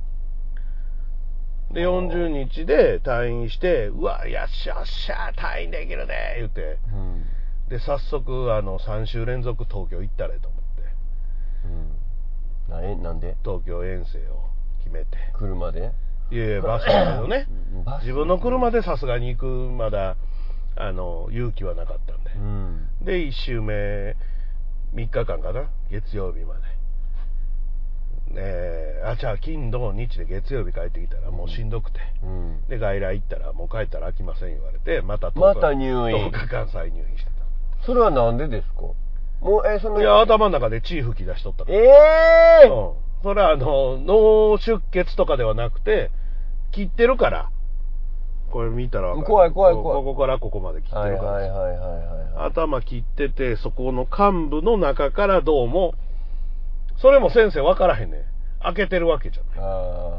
Speaker 1: で40日で退院してうわよっしゃよっしゃ退院できるね言って
Speaker 2: うん
Speaker 1: で早速あの3週連続東京行ったれと思って
Speaker 2: うんなえなんで
Speaker 1: 東京遠征を決めて
Speaker 2: 車で
Speaker 1: いやいやバスだけどね
Speaker 2: バス
Speaker 1: 自分の車でさすがに行くまだあの勇気はなかったんで、
Speaker 2: うん
Speaker 1: で1週目3日間かな月曜日までねえあじゃあ金土日で月曜日帰ってきたらもうしんどくて、
Speaker 2: うん
Speaker 1: で外来行ったらもう帰ったら飽きません言われてまた10日
Speaker 2: また入
Speaker 1: 10
Speaker 2: 院
Speaker 1: 日間再入院して
Speaker 2: それはなんでですかもうえ
Speaker 1: た
Speaker 2: その
Speaker 1: いや頭の中で血吹き出しとったから、
Speaker 2: ええー
Speaker 1: うん、それはあの脳出血とかではなくて切ってるからこれ見たらわかる
Speaker 2: 怖い怖い怖い
Speaker 1: こうここからここまで切って
Speaker 2: はい
Speaker 1: るから、
Speaker 2: はいはいはいはい
Speaker 1: 頭切っててそこの幹部の中からどうもそれも先生分からへんねん開けてるわけじゃない
Speaker 2: ああ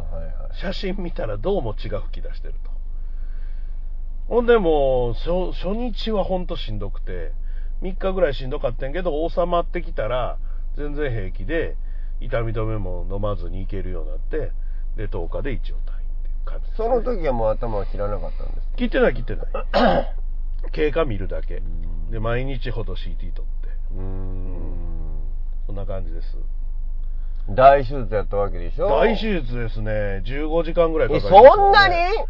Speaker 2: はいはい
Speaker 1: 写真見たらどうも血が噴き出してるとほんでもう初初日はほんとしんどくて3日ぐらいしんどかったんやけど収まってきたら全然平気で痛み止めも飲まずに行けるようになってで10日で一応退院っていう感じですね、
Speaker 2: その時はもう頭は切らなかったんです
Speaker 1: 切ってない切ってない *coughs* 経過見るだけ
Speaker 2: ん
Speaker 1: で毎日ほど CT 取って
Speaker 2: うーん
Speaker 1: そんな感じです
Speaker 2: 大手術やったわけでしょ
Speaker 1: 大手術ですね15時間ぐらいかか
Speaker 2: え
Speaker 1: りま
Speaker 2: そ
Speaker 1: したね
Speaker 2: んなに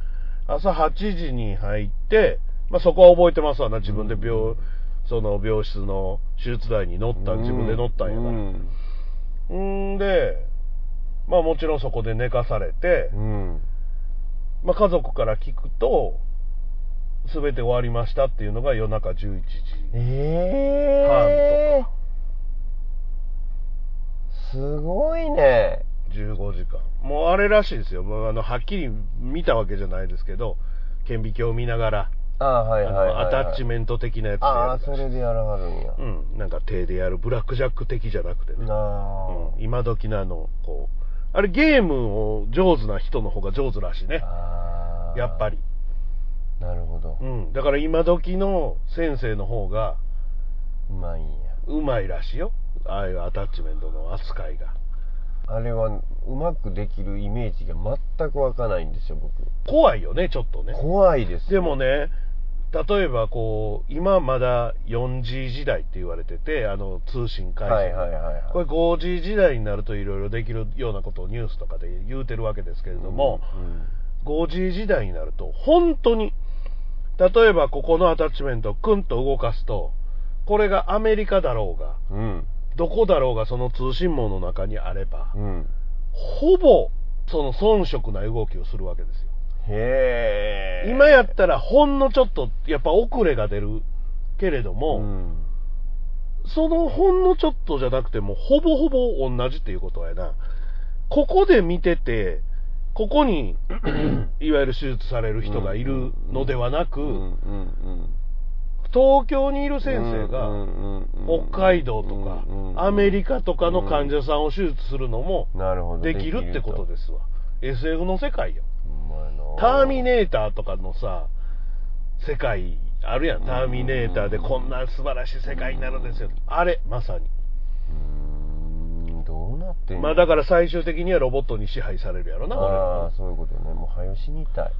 Speaker 1: 朝8時に入って、まあ、そこは覚えてますわな自分で病,、その病室の手術台に乗ったん自分で乗ったんやから
Speaker 2: うん
Speaker 1: うんでまあもちろんそこで寝かされて
Speaker 2: う、ん
Speaker 1: まあ、家族から聞くと全て終わりましたっていうのが夜中11時
Speaker 2: ええ
Speaker 1: 半
Speaker 2: すごいね
Speaker 1: 15時間もうあれらしいですよ、まあ、あのはっきり見たわけじゃないですけど顕微鏡を見ながら
Speaker 2: ああ
Speaker 1: あ
Speaker 2: はいはいはい
Speaker 1: の
Speaker 2: はい
Speaker 1: アタッチメント的なやつでやる
Speaker 2: あ
Speaker 1: ら
Speaker 2: あ
Speaker 1: しい
Speaker 2: それでやらはるんや
Speaker 1: うん、なんか手でやるブラックジャック的じゃなくてね、
Speaker 2: な
Speaker 1: うん、今時のあのこうあれゲームを上手な人の方が上手らしいね
Speaker 2: ああー
Speaker 1: やっぱり、
Speaker 2: なるほど
Speaker 1: うん、だから今時の先生の方が
Speaker 2: うまいんや
Speaker 1: うまいらしいよああいうアタッチメントの扱いが
Speaker 2: あれはうまくできるイメージが全く湧かないんですよ僕
Speaker 1: 怖いよねちょっとね
Speaker 2: 怖いです
Speaker 1: でもね例えばこう今まだ 4G 時代って言われててあの通信回
Speaker 2: はい
Speaker 1: 線
Speaker 2: はいはいはい
Speaker 1: これ 5G 時代になるといろいろできるようなことをニュースとかで言うてるわけですけれども、
Speaker 2: うん、
Speaker 1: 5G 時代になると本当に例えばここのアタッチメントをクンと動かすとこれがアメリカだろうが
Speaker 2: うん
Speaker 1: どこだろうがその通信網の中にあれば
Speaker 2: うん
Speaker 1: ほぼその遜色ない動きをするわけですよ
Speaker 2: へえ
Speaker 1: 今やったらほんのちょっとやっぱ遅れが出るけれど
Speaker 2: う
Speaker 1: も、
Speaker 2: ん
Speaker 1: そのほんのちょっとじゃなくてもほぼほぼ同じっていうことやなここで見ててここ
Speaker 2: *clears throat*
Speaker 1: にいわゆる手術される人がいるのではなく、
Speaker 2: うんうん
Speaker 1: 東京にいる先生
Speaker 2: うん
Speaker 1: が
Speaker 2: うんうんうん
Speaker 1: 北海道とか
Speaker 2: うんうん
Speaker 1: アメリカとかの患者さんを手術するのも
Speaker 2: なるほど
Speaker 1: できるってことですわ SF の世界よ
Speaker 2: 「
Speaker 1: ターミ
Speaker 2: ー
Speaker 1: ネーターとかのさ世界あるやんターミネーターでこんな素晴らしい世界になるんですよあれまさに
Speaker 2: どうなってんの
Speaker 1: まあだから最終的にはロボットに支配されるやろな俺
Speaker 2: あ
Speaker 1: ら
Speaker 2: あそういうことねもう早よ死に
Speaker 1: *laughs*
Speaker 2: たい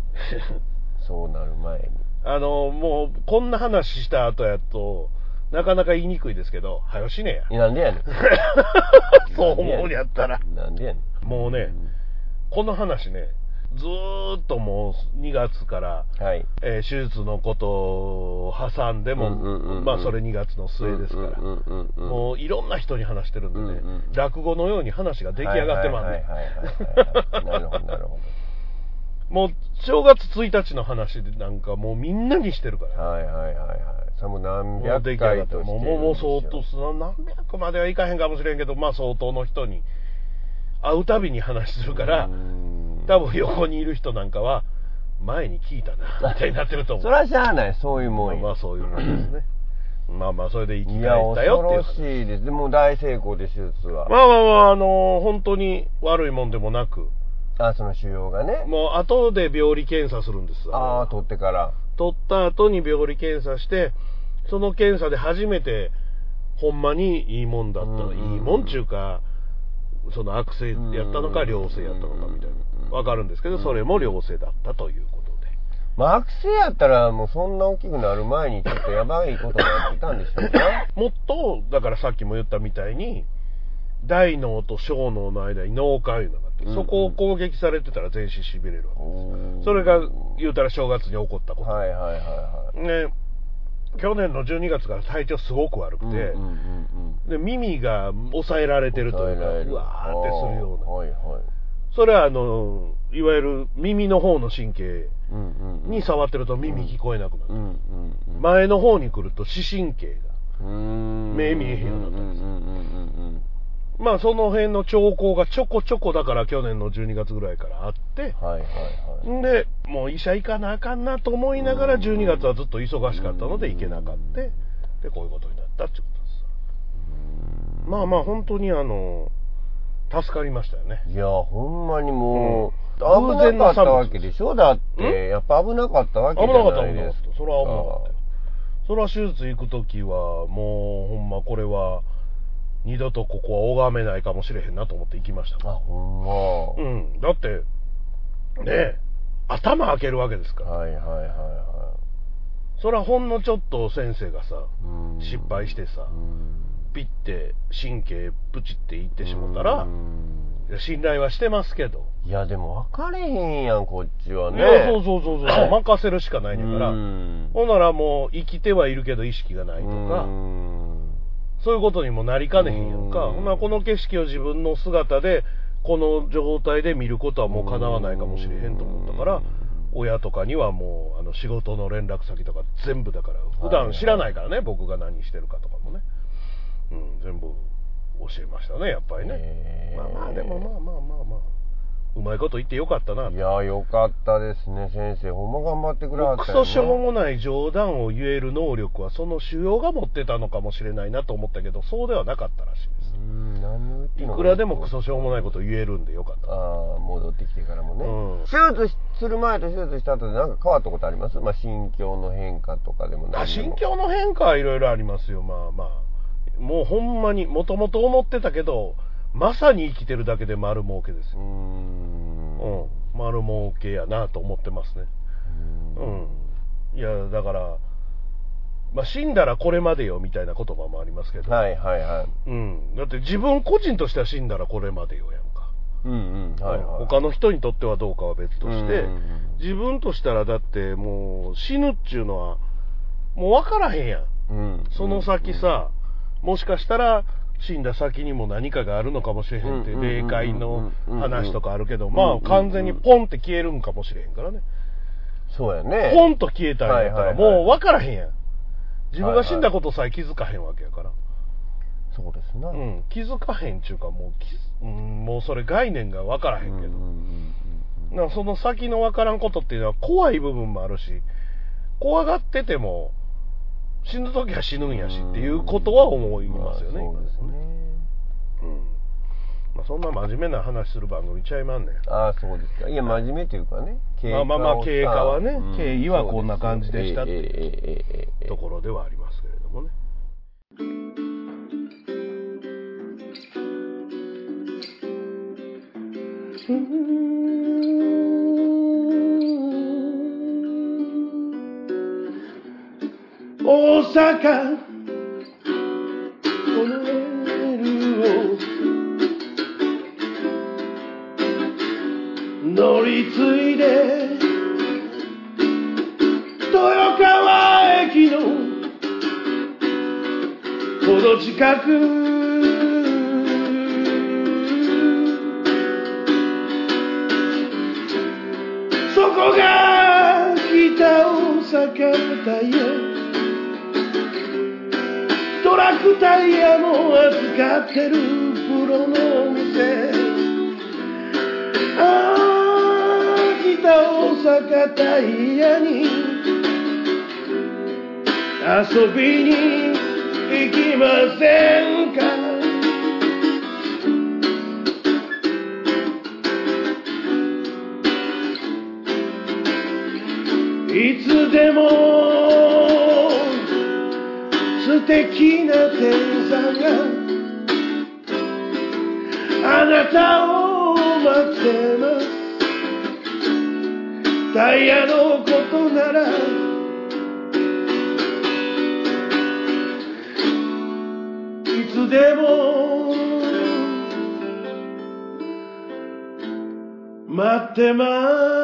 Speaker 2: そうなる前に
Speaker 1: あのもうこんな話した後やとなかなか言いにくいですけど早よしね
Speaker 2: えなんでやね
Speaker 1: や *laughs* そう思うんやったら
Speaker 2: んなんでやねん
Speaker 1: もうね、この話ね、ずーっともう2月から、
Speaker 2: はい
Speaker 1: えー手術のことを挟んでも、
Speaker 2: うんうんうんうん
Speaker 1: まあそれ2月の末ですから、
Speaker 2: うんうんうんうん
Speaker 1: もういろんな人に話してるんでね、
Speaker 2: うんうん
Speaker 1: 落語のように話が出来上がってまんね、
Speaker 2: はいはいはいはいはいなるほどなるほ
Speaker 1: もう正月1日の話なんかもうみんなにしてるから、
Speaker 2: どはいはいはいはいそれも何
Speaker 1: もう出
Speaker 2: 百
Speaker 1: 来上が
Speaker 2: 回
Speaker 1: って
Speaker 2: としてるんです
Speaker 1: も
Speaker 2: よ
Speaker 1: うもうもう相当その何百まではいかへんかもしれんけどまあ相当の人に会うたびに話するから
Speaker 2: うん
Speaker 1: 多分横にいる人なんかは前に聞いた
Speaker 2: *laughs*
Speaker 1: なみたいになってると思
Speaker 2: そうりゃしゃあないそういうもんよ
Speaker 1: まあそういうもんですねまあまあそれで生き
Speaker 2: いや
Speaker 1: 返ったよ
Speaker 2: 恐
Speaker 1: っていう
Speaker 2: ろ
Speaker 1: 話
Speaker 2: しいですでも大成功で手術は、
Speaker 1: まあまあまああのー本当に悪いもんでもなく
Speaker 2: あその腫瘍がね
Speaker 1: もう後で病理検査するんです
Speaker 2: ああ取ってから
Speaker 1: 取った後に病理検査してその検査で初めてほんまにいいもんだったら、
Speaker 2: うんうん
Speaker 1: いいもんちゅうかその悪性やったのか
Speaker 2: うんうん
Speaker 1: 良性やったのかみたい
Speaker 2: うんうん
Speaker 1: なん
Speaker 2: う
Speaker 1: わかるんですけどそれも良性だったということで
Speaker 2: まあ悪性やったらもうそんな大きくなる前にちょっとやばいことになってたんでしょうか
Speaker 1: もっとだからさっきも言ったみたいに大脳と小脳の間に脳幹いうのがあって
Speaker 2: うんうん
Speaker 1: そこを攻撃されてたら全身しびれるわけです、
Speaker 2: お
Speaker 1: *laughs*
Speaker 2: ー
Speaker 1: それが言うたら正月に起こったこと、
Speaker 2: はいはいはいは
Speaker 1: ね去年の12月から体調すごく悪
Speaker 2: い
Speaker 1: くて、
Speaker 2: うんうんうん
Speaker 1: で耳が抑えられてるというか
Speaker 2: 抑えられる
Speaker 1: うわーってするよう
Speaker 2: あー
Speaker 1: な
Speaker 2: はいはい
Speaker 1: それはあのいわゆる耳の方の神経
Speaker 2: うんうんうん
Speaker 1: に触ってると耳聞こえなくなる、
Speaker 2: うんうんうん
Speaker 1: 前の方に来ると視神経が
Speaker 2: うーん
Speaker 1: 目見えへんようになったんです
Speaker 2: うんうんうんうん
Speaker 1: まあその辺の兆候がちょこちょこだから去年の12月ぐらいからあって
Speaker 2: うんはいはいはい
Speaker 1: んでもう医者行かなあかんなと思いながら
Speaker 2: うん
Speaker 1: 12月はずっと忙しかったので行けなかった
Speaker 2: う
Speaker 1: でこういうことになったってことですまあまあ本当にあの助かりましたよね
Speaker 2: いやほんまにもう、
Speaker 1: うん
Speaker 2: 危なかったわけでしょだっ
Speaker 1: う
Speaker 2: てやっぱ危なかったわけ
Speaker 1: 危
Speaker 2: じゃ
Speaker 1: なかった
Speaker 2: な
Speaker 1: 危
Speaker 2: い
Speaker 1: なか
Speaker 2: で
Speaker 1: っ
Speaker 2: す
Speaker 1: たそれは危なかったよそれは手術行く時はもうほんまこれは二度とここは拝めないかもしれへんなと思って行きました
Speaker 2: あほ
Speaker 1: うんんだってねえ頭開けるわけですか
Speaker 2: ま
Speaker 1: ら、
Speaker 2: はいはいはいは
Speaker 1: それはほんのちょっと先生がさ
Speaker 2: いうん
Speaker 1: 失敗してさ
Speaker 2: うん
Speaker 1: ピッて神経プチっていってしもたら
Speaker 2: うん
Speaker 1: いや信頼はしてますけど
Speaker 2: いやでも分かれへんやんこっちはね
Speaker 1: いやそうそうそうそう
Speaker 2: *coughs*
Speaker 1: 任せるしかないねんだから
Speaker 2: うん
Speaker 1: ほんならもう生きてはいるけど意識がないとか
Speaker 2: うん
Speaker 1: そういうことにもなりかねへんやんか。
Speaker 2: うん
Speaker 1: まあ、この景色を自分の姿で、この状態で見ることはもう叶わないかもしれへんと思ったから、親とかにはもう、あの、仕事の連絡先とか全部だから、普段知らないからね、僕が何してるかとかもね。うん、全部教えましたね、やっぱりね。
Speaker 2: へー
Speaker 1: まあまあ、でもまあまあまあまあ、うまいこと言ってよかったなと
Speaker 2: い。やよかったですね先生ほんま頑張ってくれはっ
Speaker 1: ク
Speaker 2: たよ、
Speaker 1: ソ
Speaker 2: ね、
Speaker 1: しょうもない冗談を言える能力は、その腫瘍が持ってたのかもしれないなと思ったけど、そうではなかったらしいです。
Speaker 2: うん何を言って
Speaker 1: い
Speaker 2: んの
Speaker 1: くらでもクソしょうもないこと言えるんでよかった。
Speaker 2: ああ戻ってきてからもね、
Speaker 1: うん
Speaker 2: 手術しする前と手術した後で何か変わったことありますまあ心境の変化とかでも
Speaker 1: あ
Speaker 2: 何で
Speaker 1: 心
Speaker 2: も
Speaker 1: 境の変化はいろいろありますよ、まあまあ。もうほんまに、もともと思ってたけど、まさに生きてるだけで丸儲けです
Speaker 2: うー
Speaker 1: よ。
Speaker 2: ん
Speaker 1: うん。丸儲けやなと思ってますね。うん。いや、だから、まあ死んだらこれまでよみたいな言葉もありますけど、
Speaker 2: はいはいはい
Speaker 1: うん。だって自分個人としては死んだらこれまでよやんか。
Speaker 2: うんうんはいはい
Speaker 1: 他の人にとってはどうかは別として、
Speaker 2: うんうんうん
Speaker 1: 自分としたらだってもう死ぬっちゅうのはもう分からへんやん
Speaker 2: うん
Speaker 1: その先さ、もしかしたら死んだ先にも何かがあるのかもしれへんって、
Speaker 2: うんうんうんうん
Speaker 1: 霊界の話とかあるけど、
Speaker 2: うんうん
Speaker 1: まあ完全にポンって消えるんかもしれへんからね、
Speaker 2: そうやね
Speaker 1: ポンと消えたんやった
Speaker 2: は
Speaker 1: ら
Speaker 2: いはいはい
Speaker 1: もう分からへんやん自分が死んだことさえ気づかへんわけやから、
Speaker 2: そうですな、
Speaker 1: うん、気づかへんちゅうかもう気づ、うん、もうそれ概念が分からへんけど、
Speaker 2: うんうんうん
Speaker 1: なんかその先の分からんことっていうのは怖い部分もあるし怖がってても死ぬ時は死ぬんやしっていうことは思いますよね、
Speaker 2: ま
Speaker 1: 今
Speaker 2: あそう
Speaker 1: ね
Speaker 2: ですね
Speaker 1: うんまあ、そんな真面目な話する番組ちゃいまんねん
Speaker 2: ああそうですかいや真面目というかね
Speaker 1: まあまあまあ
Speaker 2: をさ
Speaker 1: 経過はね
Speaker 2: うん
Speaker 1: 経緯はこんな感じでしたって
Speaker 2: そうですよええええええええ
Speaker 1: ところではありますけれどもね大阪このレールを乗り継い海のほど近くそこが北大阪タイヤトラックタイヤも扱ってるプロのお店ああ北大阪タイヤに遊びに行きませんかいつでも素敵な天才があなたを待ってますタイヤのことならいつでも待ってます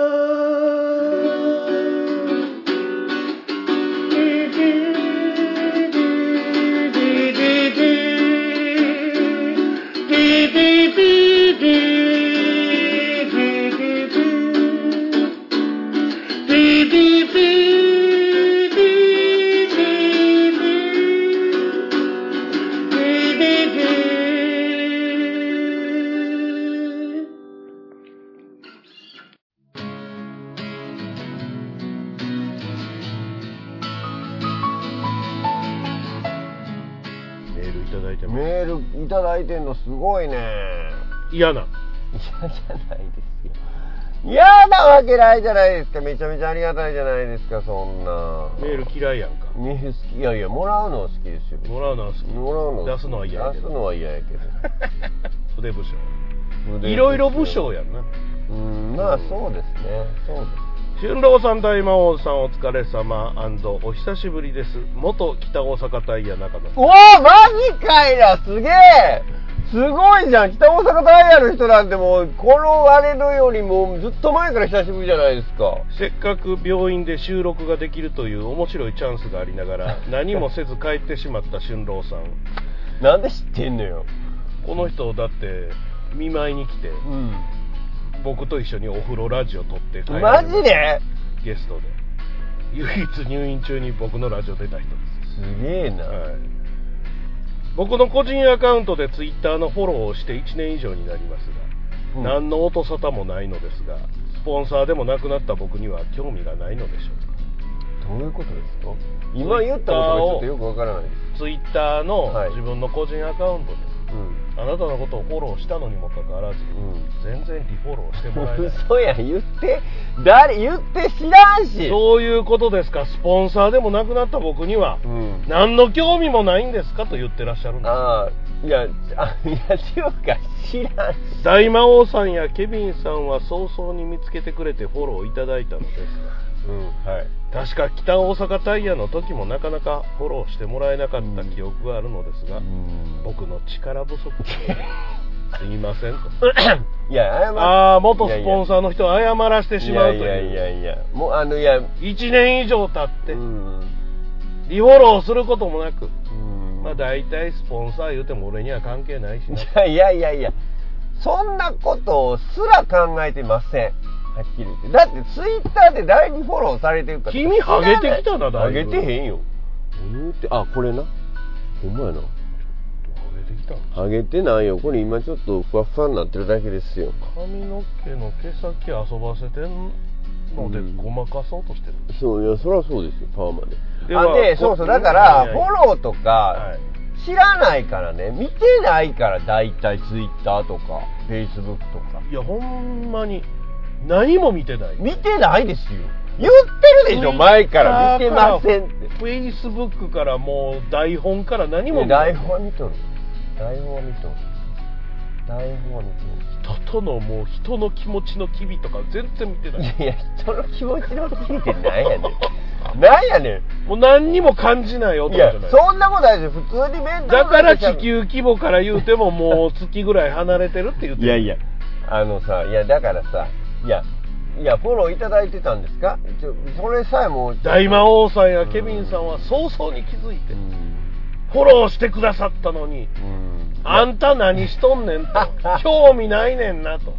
Speaker 1: メールいただいてます
Speaker 2: メールいただいてんのすごいね
Speaker 1: 嫌な
Speaker 2: 嫌じゃないですよ嫌なわけないじゃないですかめちゃめちゃありがたいじゃないですかそんな
Speaker 1: メール嫌いやんか
Speaker 2: メール好きいやいやもらうのは好きですよ
Speaker 1: もらうのは好き
Speaker 2: もらうの
Speaker 1: 出すのは嫌や
Speaker 2: や
Speaker 1: け
Speaker 2: 出
Speaker 1: ど *laughs*
Speaker 2: すのは嫌やけ
Speaker 1: 筆部署
Speaker 2: ど
Speaker 1: いろいろ部署やんな
Speaker 2: うんまあそうですねそうです
Speaker 1: 春郎さん大魔王さんお疲れ様お久しぶりです元北大阪タイヤ中野
Speaker 2: おおマジかいなすげえすごいじゃん北大阪ダイヤの人なんてもうこのあれのよりもずっと前から久しぶりじゃないですか
Speaker 1: せっかく病院で収録ができるという面白いチャンスがありなが
Speaker 2: *laughs*
Speaker 1: ら何もせず帰ってしまった春郎さん
Speaker 2: なんで知ってんのよ
Speaker 1: この人だって見舞いに来て
Speaker 2: うん
Speaker 1: 僕と一緒にお風呂ラジオ撮って帰る
Speaker 2: マジで
Speaker 1: ゲストで唯一入院中に僕のラジオ出た人です
Speaker 2: げえな、
Speaker 1: す、はい、僕の個人アカウントでツイッターのフォローをして1年以上になりますが
Speaker 2: うん
Speaker 1: 何の音沙汰もないのですがスポンサーでもなくなった僕には興味がないのでしょうか
Speaker 2: どういうことですか今言ったことがちょっとよくわからないです、
Speaker 1: ツイッターの
Speaker 2: はい
Speaker 1: 自分の個人アカウントで、
Speaker 2: うん
Speaker 1: あなたのことをフォローしたのにもかかわらず、全然リフォローしてもらえ
Speaker 2: *laughs*
Speaker 1: なん
Speaker 2: う、
Speaker 1: い
Speaker 2: 嘘や言って誰言って知らんし
Speaker 1: どういうことですかスポンサーでもなくなった僕には
Speaker 2: うん
Speaker 1: 何の興味もないんですかと言ってらっしゃるんで
Speaker 2: ああいやあいやっていうか知らんし
Speaker 1: す大魔王さんやケビンさんは早々に見つけてくれてフォローいただいたのですが
Speaker 2: うん
Speaker 1: はい、確か北大阪タイヤの時もなかなかフォローしてもらえなかった記憶があるのですが、僕の力不足すいませんと
Speaker 2: *laughs* いや謝っ
Speaker 1: ああ元スポンサーの人を謝らせてしまうという
Speaker 2: いやいやいやいやもうあのいや
Speaker 1: 1年以上経って、
Speaker 2: うん
Speaker 1: リフォローすることもなく、
Speaker 2: うん
Speaker 1: まあ、大体スポンサー言うても俺には関係ないしな
Speaker 2: *laughs* いやいやいやそんなことすら考えてませんはっきり言ってだってツイッターで誰にフォローされてるか
Speaker 1: 君ハゲてきたなだ
Speaker 2: あ
Speaker 1: い
Speaker 2: げ
Speaker 1: ぶ
Speaker 2: てへんよ何言ってあこれなほんまやな
Speaker 1: ハゲてきたの
Speaker 2: あげてないよこれ今ちょっとふわふわになってるだけですよ
Speaker 1: 髪の毛の毛先遊ばせてんので
Speaker 2: うん
Speaker 1: ごまかそうとしてる、
Speaker 2: そういやそりゃそうですよパーマで
Speaker 1: でま
Speaker 2: あ
Speaker 1: あ
Speaker 2: で
Speaker 1: こ
Speaker 2: そうそうだから
Speaker 1: はい
Speaker 2: フォローと
Speaker 1: は
Speaker 2: か
Speaker 1: い
Speaker 2: 知らないからね見てないから大体ツイッターとかフェイスブックとか
Speaker 1: いやほんまに何も見てない
Speaker 2: 見てないですよ言ってるでしょ前から見てませんって
Speaker 1: フェイスブックからもう台本から何も見てない
Speaker 2: 台本は見とる台本は見とる台本は見と
Speaker 1: 人とのもう人の気持ちの機微とか全然見てない
Speaker 2: るいや人の気持ちの聞いてないやねんなんやね
Speaker 1: もう何にも感じない音
Speaker 2: んい
Speaker 1: じゃ
Speaker 2: や
Speaker 1: ない
Speaker 2: そんなことないですよ普通に面倒
Speaker 1: だから地球規模から言うてももう月ぐらい離れてるって言って
Speaker 2: いやいやあのさいやだからさいやいやフォローいただいてたんですかちょそれさえも
Speaker 1: 大魔王さんやケビンさんは早々に気づいて
Speaker 2: うん
Speaker 1: フォローしてくださったのに
Speaker 2: うん
Speaker 1: あんた何しとんねん
Speaker 2: *laughs*
Speaker 1: と興味ないねんなと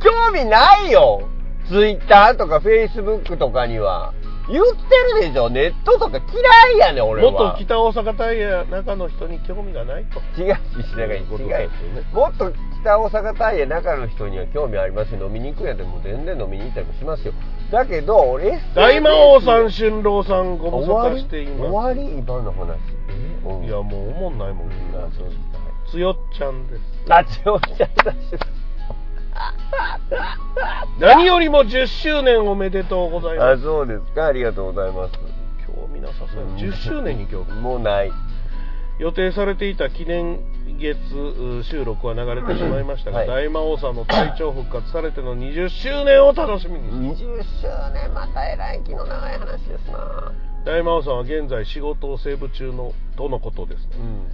Speaker 2: 興味ないよツイッターとかフェイスブックとかには言ってるでしょネットとか嫌いやねん俺は
Speaker 1: 元北大阪タイヤ中の人に興味がないと
Speaker 2: 違うしなんか違
Speaker 1: そういうこと
Speaker 2: う
Speaker 1: ですよね
Speaker 2: もっと北大阪タイヤ中の人には興味ありますし飲みに行くんやでもう全然飲みに行ったりもしますよだけど俺 SNS
Speaker 1: 大魔王さん春郎さんご無
Speaker 2: 終
Speaker 1: 沙
Speaker 2: わ
Speaker 1: 汰
Speaker 2: り
Speaker 1: してい
Speaker 2: 終
Speaker 1: ま
Speaker 2: わり今の話うん
Speaker 1: すいやもうおもんないもんみんな
Speaker 2: そう
Speaker 1: つよっちゃんです
Speaker 2: あちおちゃんだし
Speaker 1: 何よりも10周年おめでとうございま
Speaker 2: あ
Speaker 1: す
Speaker 2: そうですかありがとうございます
Speaker 1: 今日皆さそう10周年に今日
Speaker 2: もうない
Speaker 1: 予定されていた記念月う収録は流れてしまいましたが、
Speaker 2: はい
Speaker 1: 大魔王さんの体調復活されての20周年を楽しみに
Speaker 2: 20周年また偉い気の長い話ですな
Speaker 1: 大魔王さんは現在仕事をセーブ中のとのことですね
Speaker 2: うん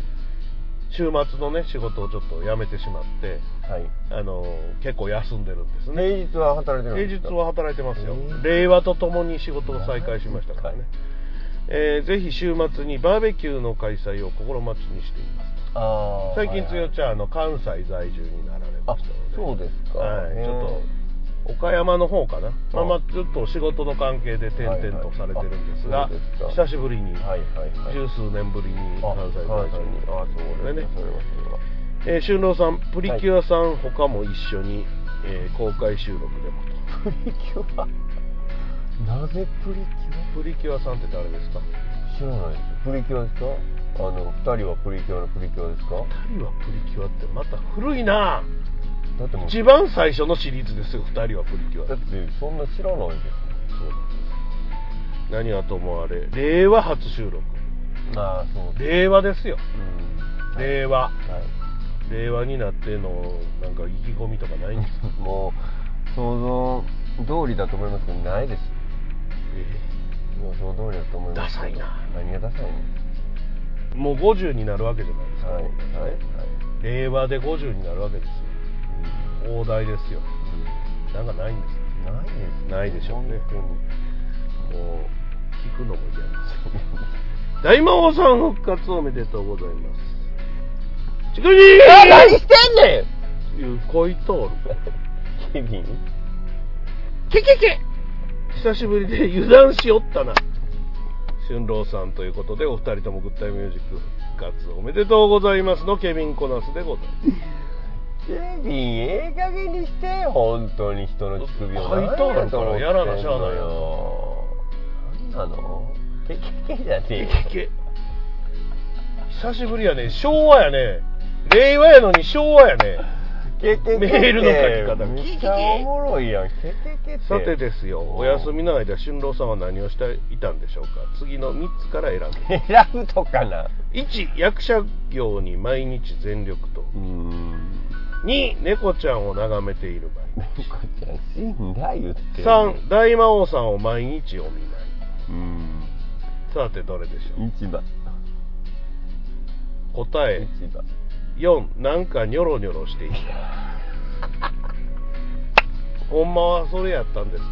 Speaker 1: 週末のね仕事をちょっと辞めてしまって
Speaker 2: はい
Speaker 1: あの結構休んでるんですね
Speaker 2: 平日は働いてる
Speaker 1: 平
Speaker 2: んです
Speaker 1: 日
Speaker 2: か
Speaker 1: は働いてますよ
Speaker 2: うん
Speaker 1: 令和とともに仕事を再開しましたからね
Speaker 2: はい、
Speaker 1: えーぜひ週末にバーベキューの開催を心待ちにしています
Speaker 2: あー
Speaker 1: 最近つよ
Speaker 2: はい
Speaker 1: ちゃんあの関西在住になられま
Speaker 2: あ
Speaker 1: したので
Speaker 2: そうですか、
Speaker 1: はい、
Speaker 2: へー
Speaker 1: ちょっと岡山の方かな、まあまあ
Speaker 2: あ
Speaker 1: ちょっと仕事の関係で転々とされてるんですが、
Speaker 2: はいはいあそうですか
Speaker 1: 久しぶりに、
Speaker 2: はいはいはい
Speaker 1: 十数年ぶりに
Speaker 2: あ
Speaker 1: 関西大臣に
Speaker 2: あそう
Speaker 1: で
Speaker 2: です
Speaker 1: ね
Speaker 2: か、それはそれは
Speaker 1: えー、俊郎さん、プリキュアさん、他も一緒に、えー公開収録でも
Speaker 2: プリキュアなぜプリ
Speaker 1: と、プリキュアさんって誰ですか、
Speaker 2: キュア知らないですプリキュアですかあの二人はプリキュアのプリキュアですか
Speaker 1: 2人はプリキュアってまた古いな、
Speaker 2: だってもう
Speaker 1: 一番最初のシリーズですよ、2人はプリキュア
Speaker 2: だっ。てそんな知らないです
Speaker 1: そうなんです何はともあれ、令和初収録、
Speaker 2: ああそうです
Speaker 1: 令和ですよ、
Speaker 2: うん
Speaker 1: 令和。
Speaker 2: は
Speaker 1: 令和になってのなんか意気込みとかないんですか、
Speaker 2: い *laughs* もう想像通りだと思いますけどないですもう想像通りだと思いますけ
Speaker 1: ダサ
Speaker 2: ど
Speaker 1: いな
Speaker 2: 何がダサいんです
Speaker 1: もう50になるわけじゃないです
Speaker 2: か
Speaker 1: か、
Speaker 2: はいはいはい
Speaker 1: 令和で50になるわけですよ大台ですよなんかないんです
Speaker 2: うんないです
Speaker 1: ないでしょうね
Speaker 2: 本当に
Speaker 1: かもう聞くのも嫌です大魔王さん復活おめでとうございますチクリ
Speaker 2: あ
Speaker 1: ー
Speaker 2: 何してんねん
Speaker 1: いう恋とおる
Speaker 2: ケビン
Speaker 1: ケケケ久しぶりで油断しおったな春郎さんということでお二人ともグッタイミュージック復活おめでとうございますのケビン・コナスでございます
Speaker 2: ケビンええ加減にして本当に人の乳首を
Speaker 1: 買い取るからやらなしゃあない
Speaker 2: よ何なのケケケじゃねえ
Speaker 1: ケ
Speaker 2: よ
Speaker 1: ケケ久しぶりやね昭和やね令和やのに昭和やね
Speaker 2: ケケケ
Speaker 1: メールの書き方
Speaker 2: めっちゃおもろいやんケケケって
Speaker 1: *laughs* さてですよお休みの間春郎さんは何をしていたんでしょうか次の3つから選んで
Speaker 2: 選ぶとかな
Speaker 1: 1役者業に毎日全力と
Speaker 2: うん
Speaker 1: 2猫ちゃんを眺めている場合
Speaker 2: 猫ちゃん死んだ言ってる
Speaker 1: 3大魔王さんを毎日お見舞い
Speaker 2: うん
Speaker 1: さてどれでしょう
Speaker 2: 市場
Speaker 1: 答え
Speaker 2: 市場
Speaker 1: 4なんかニョロニョロしていた *laughs* ほんまはそれやったんですっ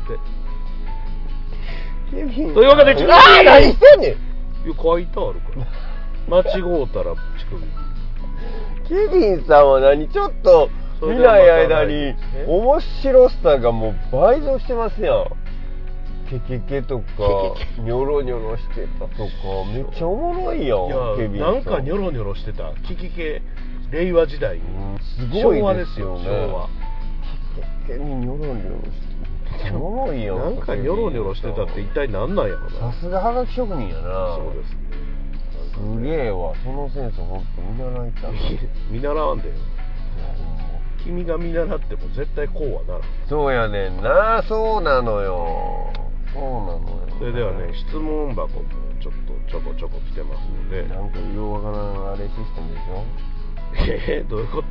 Speaker 2: ケビン
Speaker 1: というわけで
Speaker 2: あ
Speaker 1: ちょ
Speaker 2: ー何してんねん
Speaker 1: ていや書いてある
Speaker 2: *laughs*
Speaker 1: から間違うたら乳首
Speaker 2: ケビンさんは何ちょっと
Speaker 1: それ
Speaker 2: 見
Speaker 1: では
Speaker 2: な
Speaker 1: また
Speaker 2: い間
Speaker 1: 来
Speaker 2: に
Speaker 1: 月ね
Speaker 2: 面白さがもう倍増してますやんケケケとかニョロニョロしてたとかめっちゃおもろいやんケ
Speaker 1: い
Speaker 2: ビン
Speaker 1: や
Speaker 2: さん
Speaker 1: なんかニョロニョロしてた聞き系令和時代に
Speaker 2: うんすごい
Speaker 1: 昭和で
Speaker 2: ですす
Speaker 1: よ
Speaker 2: よね
Speaker 1: 昭和
Speaker 2: ケケにニョロニョロしてたおもろいやん
Speaker 1: なんかニョロニョロしてたって一体何なんやろ
Speaker 2: さ
Speaker 1: な
Speaker 2: すがハガキ職人やな
Speaker 1: そうです
Speaker 2: すげえわそのセンスほんと見習いたい
Speaker 1: ね見習わんでよ君が見習っても絶対こうはならん
Speaker 2: *laughs* そうやねんなそうなのよそうなのよ
Speaker 1: それではね質問箱もちょっとちょこちょこ来てますので
Speaker 2: なんか色わからんあれシステムでしょ
Speaker 1: えーどういうこと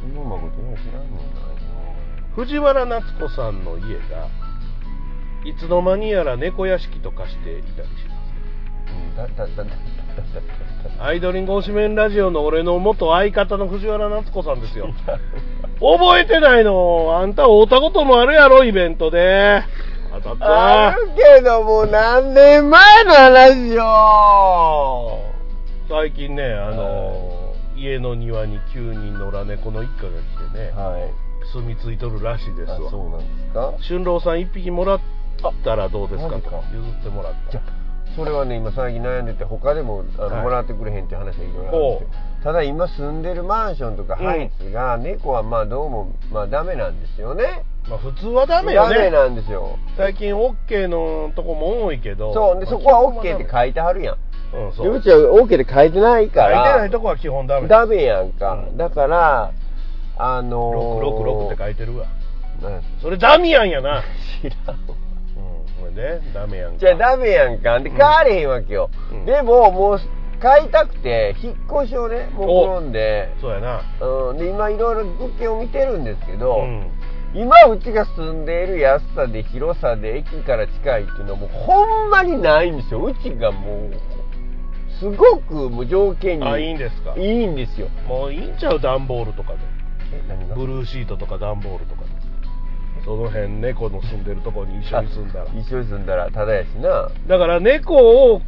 Speaker 2: そんなことよう知らんねんな
Speaker 1: 藤原夏子さんの家がいつの間にやら猫屋敷と化していたりします
Speaker 2: だだだだだだ
Speaker 1: アイドリング推しメンラジオの俺の元相方の藤原夏子さんですよ覚えてないのあんた会うたこともあるやろイベントで当たっ
Speaker 2: あ
Speaker 1: た
Speaker 2: るけどもう何年前の話よ
Speaker 1: 最近ねあの家の庭に9人野良猫の一家が来てね
Speaker 2: はい
Speaker 1: 住み着いとるらしいです
Speaker 2: あ
Speaker 1: わ
Speaker 2: そうなんですか
Speaker 1: 春郎さん1匹もらったらどうですか
Speaker 2: マジ
Speaker 1: と
Speaker 2: か
Speaker 1: 譲ってもらった
Speaker 2: じゃそれはね今最近悩んでて他でもあの、
Speaker 1: はい
Speaker 2: もらってくれへんって話はいろいろあるんですよただ今住んでるマンションとか
Speaker 1: うん
Speaker 2: ハイツが、猫はまあどうもまあダメなんですよね
Speaker 1: まあ普通はダメよね
Speaker 2: なんですよ
Speaker 1: 最近 OK のとこも多いけど
Speaker 2: そうでそこは OK って書いてはるやん
Speaker 1: うんそ
Speaker 2: で
Speaker 1: う
Speaker 2: うちは OK って書いてないか
Speaker 1: 書いて
Speaker 2: ら
Speaker 1: ないとこは基本ダメ
Speaker 2: ダメやんか、
Speaker 1: うん
Speaker 2: だからあの
Speaker 1: 666
Speaker 2: ー、
Speaker 1: って書いてるわ
Speaker 2: なんす
Speaker 1: それダミアンやな
Speaker 2: 知らん
Speaker 1: うんこれねダメやんか
Speaker 2: じゃあダメやんかで
Speaker 1: うん
Speaker 2: 変われへんわけよ、
Speaker 1: うん
Speaker 2: でももう買いたくて引っ越しをねもう転んで
Speaker 1: そうやな
Speaker 2: うん、で今いろいろ物件を見てるんですけど、
Speaker 1: うん
Speaker 2: 今うちが住んでいる安さで広さで駅から近いっていうのはもうほんまにないんですようちがもうすごく無条件に
Speaker 1: あいいんですか
Speaker 2: いいんですよ
Speaker 1: もういいんちゃう段ボールとかで
Speaker 2: え何
Speaker 1: ブルーシートとか段ボールとかでその辺猫の住んでるとこに一緒に住んだら
Speaker 2: あ一緒に住んだらただやしな
Speaker 1: だから猫を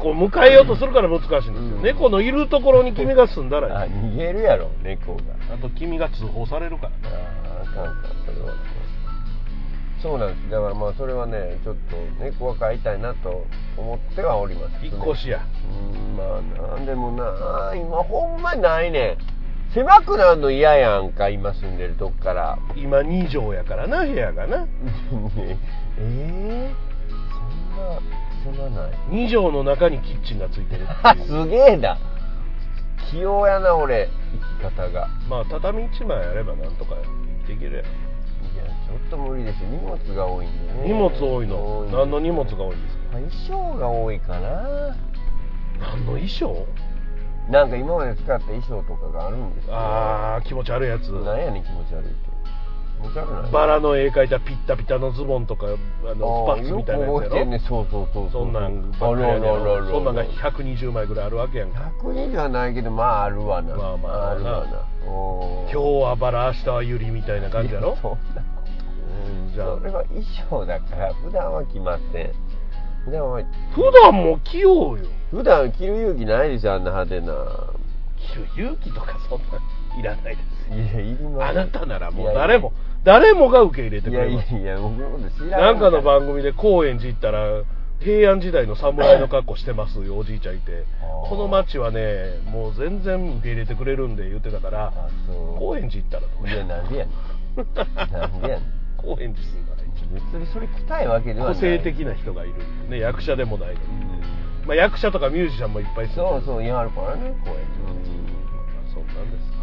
Speaker 1: こう迎えようとするから難しいんですよ、
Speaker 2: うん
Speaker 1: 猫のいるところに君が住んだら
Speaker 2: あ
Speaker 1: いい
Speaker 2: 逃げるやろ猫が
Speaker 1: あと君が通報されるから
Speaker 2: あーあかんかそれはそうなんですだからまあそれはねちょっと猫は飼いたいなと思ってはおります
Speaker 1: 引っ越しや
Speaker 2: うんまあなんでもな今ほんまないねん狭くなるの嫌やんか今住んでるとこから *laughs*
Speaker 1: 今2畳やからな部屋がな
Speaker 2: ねええそんな狭ない
Speaker 1: 2
Speaker 2: *laughs*
Speaker 1: 畳の中にキッチンがついてる
Speaker 2: あすげえな器用やな俺生き方が
Speaker 1: まあ畳1枚あればなんとかできる
Speaker 2: いやちょっと無理ですよ荷物が多いんで
Speaker 1: やん荷
Speaker 2: ね
Speaker 1: 物多いの
Speaker 2: 多
Speaker 1: 何の荷物が多いんですか
Speaker 2: まあ衣装が多いかな
Speaker 1: 何の衣装
Speaker 2: なんか今まで使った衣装とかがあるんです
Speaker 1: ああ気持ち悪いやつ
Speaker 2: あなんやねん気持ち悪いって気持ち悪ない
Speaker 1: バラの絵描いたピッタピタのズボンとかあのスパッツみたいなやつ
Speaker 2: よく覚
Speaker 1: や
Speaker 2: えて
Speaker 1: ろ
Speaker 2: んねそうそうそう
Speaker 1: そんなんば
Speaker 2: あ
Speaker 1: っかり
Speaker 2: るあ
Speaker 1: や
Speaker 2: る
Speaker 1: ねん
Speaker 2: あるある
Speaker 1: そんなんが120枚ぐらいあるわけやんか
Speaker 2: 120はないけどまああるわな
Speaker 1: まあまあ
Speaker 2: あるわな
Speaker 1: 今
Speaker 2: 今
Speaker 1: 日はバラ明日はユリみたいな感じやろ
Speaker 2: そんな
Speaker 1: うんじゃあ
Speaker 2: それは衣装だから普段は着ません普段は
Speaker 1: 普段も着ようよ
Speaker 2: 普段着る勇気ないでしょあんな派手な
Speaker 1: 着る勇気とかそんなんいらないです
Speaker 2: いやいりま
Speaker 1: あ
Speaker 2: す
Speaker 1: なたならもう
Speaker 2: いやいや
Speaker 1: 誰も誰もが受け入れて
Speaker 2: い
Speaker 1: く
Speaker 2: や
Speaker 1: れ
Speaker 2: い
Speaker 1: ます
Speaker 2: やいや僕のこと知ら
Speaker 1: なんんかの番組で高円寺行ったら平安時代の侍の格好してます
Speaker 2: *laughs*
Speaker 1: よおじいちゃんいて
Speaker 2: あー
Speaker 1: この町はねもう全然受け入れてくれるんで言ってたから
Speaker 2: あそう
Speaker 1: 高円寺行ったらどう
Speaker 2: いやなんでやねんなんでやねん
Speaker 1: 高円寺住んだら一
Speaker 2: 別にそれ着たいわけでは
Speaker 1: 番
Speaker 2: ない
Speaker 1: 個性的な人がいるんでね役者でもないの
Speaker 2: う
Speaker 1: に、
Speaker 2: ん
Speaker 1: まあ、役者とかミュージシャンもいっぱい住んで
Speaker 2: そう
Speaker 1: う
Speaker 2: そう言いはるからね
Speaker 1: 高円寺はね、そんなんですか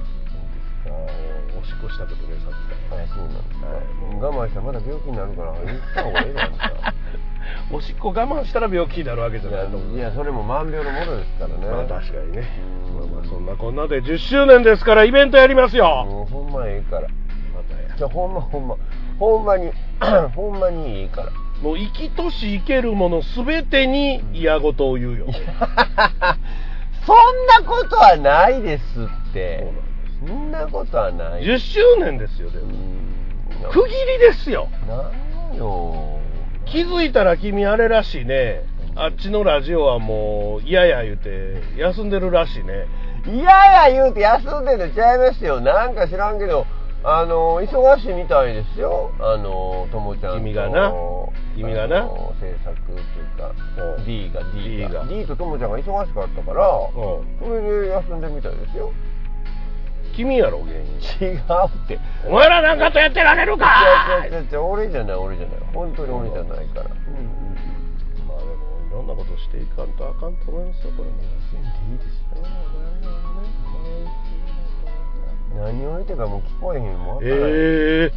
Speaker 1: おしっこしたことねさっきから
Speaker 2: はいそうなんですか我慢したらまだ病気になるから言った方がいいかな
Speaker 1: おしっこ我慢したら病気になるわけじゃないと思う
Speaker 2: いやいやそれも万病のものですからね
Speaker 1: まあ確かにね
Speaker 2: うん
Speaker 1: まあまあそんなこんなで10周年ですからイベントやりますよ
Speaker 2: もうほんまええから
Speaker 1: またや
Speaker 2: じゃほんまほんまほんまにほんまにいいから
Speaker 1: もう生きとし生けるもの全てに嫌事を言うよ
Speaker 2: そんなことはないですって
Speaker 1: そうなん
Speaker 2: そんなことはない
Speaker 1: 10周年ですよで
Speaker 2: う
Speaker 1: も
Speaker 2: んな
Speaker 1: 区切りですよ
Speaker 2: なんよ
Speaker 1: 気づいたら君あれらしいねあっちのラジオはもう嫌や言うて休んでるらしいね
Speaker 2: いやいや言うて休んでるのちゃいますよなんか知らんけどあの忙しいみたいですよあのともちゃんと
Speaker 1: 君がな君がな
Speaker 2: あの制作というか
Speaker 1: うん
Speaker 2: D が D が
Speaker 1: D が
Speaker 2: D とともちゃんが忙しかったから
Speaker 1: うん
Speaker 2: それで休んでるみたいですよ
Speaker 1: 君やろ原因
Speaker 2: 違うって
Speaker 1: お前らなんかとやってられるか
Speaker 2: 違う違う違う違う俺じゃない俺じゃない本当に俺じゃないから
Speaker 1: まあでもいろんなことしていかんとあかんと思いますよこれも
Speaker 2: 何を言ってかもう聞こえへんもん
Speaker 1: ええ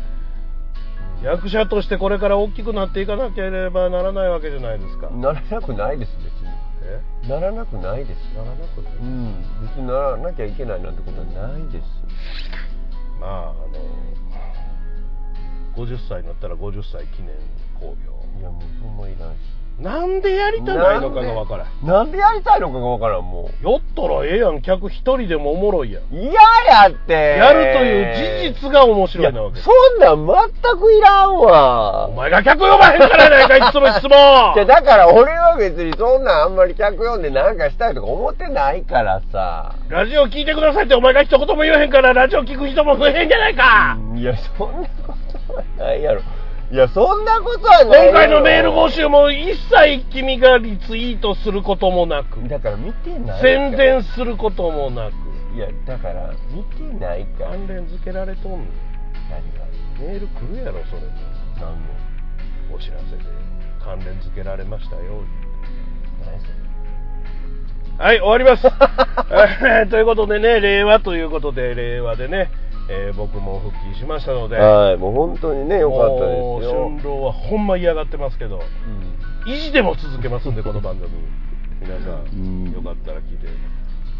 Speaker 2: うん
Speaker 1: 役者としてこれから大きくなっていかなければならないわけじゃないですか
Speaker 2: ならなくないです別に
Speaker 1: え
Speaker 2: ならなくないですならなくうん別にならなきゃいけないなんてことはないです
Speaker 1: まああの50歳になったら50歳記念興行
Speaker 2: いやもうほんまいらんし
Speaker 1: なんでやりたないのかがわからん
Speaker 2: なんでやりたいのかがわからんも
Speaker 1: 酔ったらええやん客一人でもおもろいやん
Speaker 2: う嫌やって
Speaker 1: やるという事実が面白いなわけ
Speaker 2: そんなん全くいらんわ
Speaker 1: お前が客呼ばへんからやないかいつも質問
Speaker 2: じゃだから俺は別にそんなんあんまり客呼んでなんかしたいとか思ってないからさ
Speaker 1: ラジオ聞いてくださいってお前が一言も言えへんからラジオ聞く人も増えへんじゃないか
Speaker 2: いやそんなことはないやろいやそんなことはない
Speaker 1: 今
Speaker 2: や
Speaker 1: 回
Speaker 2: ろ
Speaker 1: のメール募集も一切君がリツイートすることもなく
Speaker 2: だから見てない
Speaker 1: 宣伝することもなく
Speaker 2: いやだから見てないから
Speaker 1: 関連付けられとんの
Speaker 2: 何が
Speaker 1: メール来るやろそれも
Speaker 2: 何も
Speaker 1: お知らせで関連付けられましたよ
Speaker 2: 何それ
Speaker 1: はい、終わります。え *laughs* ーということでね、令和ということで、令和でね、えー僕も復帰しましたので、
Speaker 2: はい、もう本当にね、良かったです
Speaker 1: もう
Speaker 2: よ。
Speaker 1: 春郎はほんま嫌がってますけど、維持でも続けますんで、この番組。皆さん、よかったら聞いて。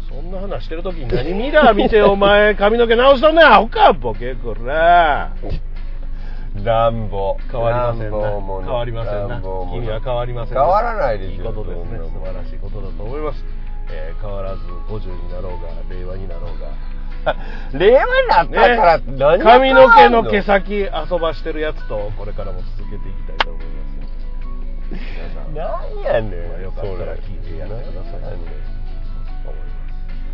Speaker 1: そんな話してる時に何ミラー見てお前髪の毛直したなアホかボケこら
Speaker 2: ランボ。
Speaker 1: 変わりませんな
Speaker 2: 乱暴者
Speaker 1: 変わりません
Speaker 2: 乱
Speaker 1: な
Speaker 2: 暴者
Speaker 1: 君は変わりません
Speaker 2: 変わらないですよ。
Speaker 1: いいことですね
Speaker 2: そんな
Speaker 1: 素
Speaker 2: もん
Speaker 1: 晴らしいことだと思います、えー変わらず50になろうが令和になろうが
Speaker 2: 令和になったから
Speaker 1: ね
Speaker 2: 何が変わん
Speaker 1: 髪の毛の毛先遊ばしてるやつとこれからも続けていきたいと思いますよ皆さん
Speaker 2: 何やね
Speaker 1: まあ
Speaker 2: ん。
Speaker 1: よかったら聞いてやってください
Speaker 2: 何
Speaker 1: 思います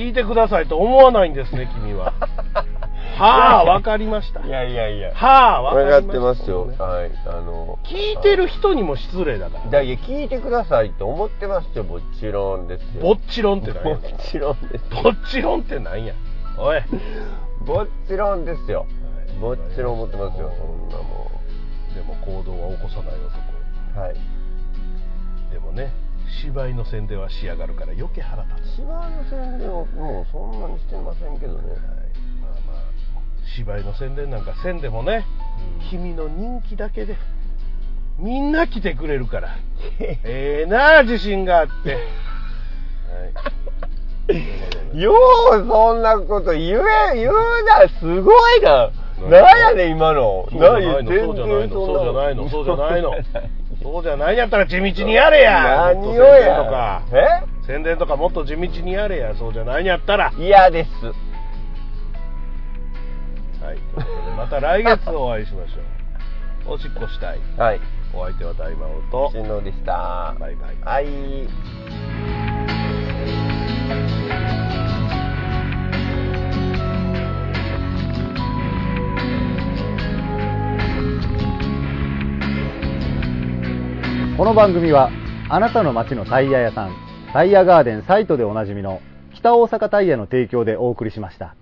Speaker 1: 聞いてくださいと思わないんですね君
Speaker 2: *laughs*
Speaker 1: ははあわかりました
Speaker 2: いやいやいや。
Speaker 1: はあわか
Speaker 2: 分かっ
Speaker 1: りま
Speaker 2: て
Speaker 1: した
Speaker 2: ますよ。はい、あの。
Speaker 1: 聞いてる人にも失礼だか
Speaker 2: はい。
Speaker 1: ら
Speaker 2: だいや聞いてくださいと思ってますよ。もちろんですよ。
Speaker 1: ぼっちろんってなん
Speaker 2: も
Speaker 1: や
Speaker 2: ちろんです。
Speaker 1: ぼっちろんってなんやおい
Speaker 2: もちろんですよ。もちろん思ってますよ。そんなも
Speaker 1: でも行動は起こさない男
Speaker 2: ん。はい。
Speaker 1: でもね芝居の宣伝はしやがるから余計腹立つ
Speaker 2: 芝居の宣伝をもうそんなにしてませんけどね、
Speaker 1: まあまあ芝居の宣伝なんかせんでもね、君の人気だけでみんな来てくれるからええなあ自信があって、はい、
Speaker 2: ようそんなこと言え言うなすごい *laughs* な
Speaker 1: 何
Speaker 2: なんやねん今の
Speaker 1: そうじゃないの
Speaker 2: 何
Speaker 1: そうじゃないのそうじゃないのそうじゃないの
Speaker 2: そうじゃない *laughs*
Speaker 1: そうじゃないんやったら地道にやれや
Speaker 2: 何
Speaker 1: もっ
Speaker 2: を
Speaker 1: と宣伝と
Speaker 2: や
Speaker 1: か宣伝とかもっと地道にやれやそうじゃないんやったら
Speaker 2: え嫌です
Speaker 1: はい、ということでまた来月お会いしましょう。おしっこしたい。
Speaker 2: はい
Speaker 1: お相手は大魔王と。
Speaker 2: 新郎でした
Speaker 1: バイバイ。
Speaker 2: はい
Speaker 8: この番組はあなたの街のタイヤ屋さんタイヤガーデンサイトでおなじみの北大阪タイヤの提供でお送りしました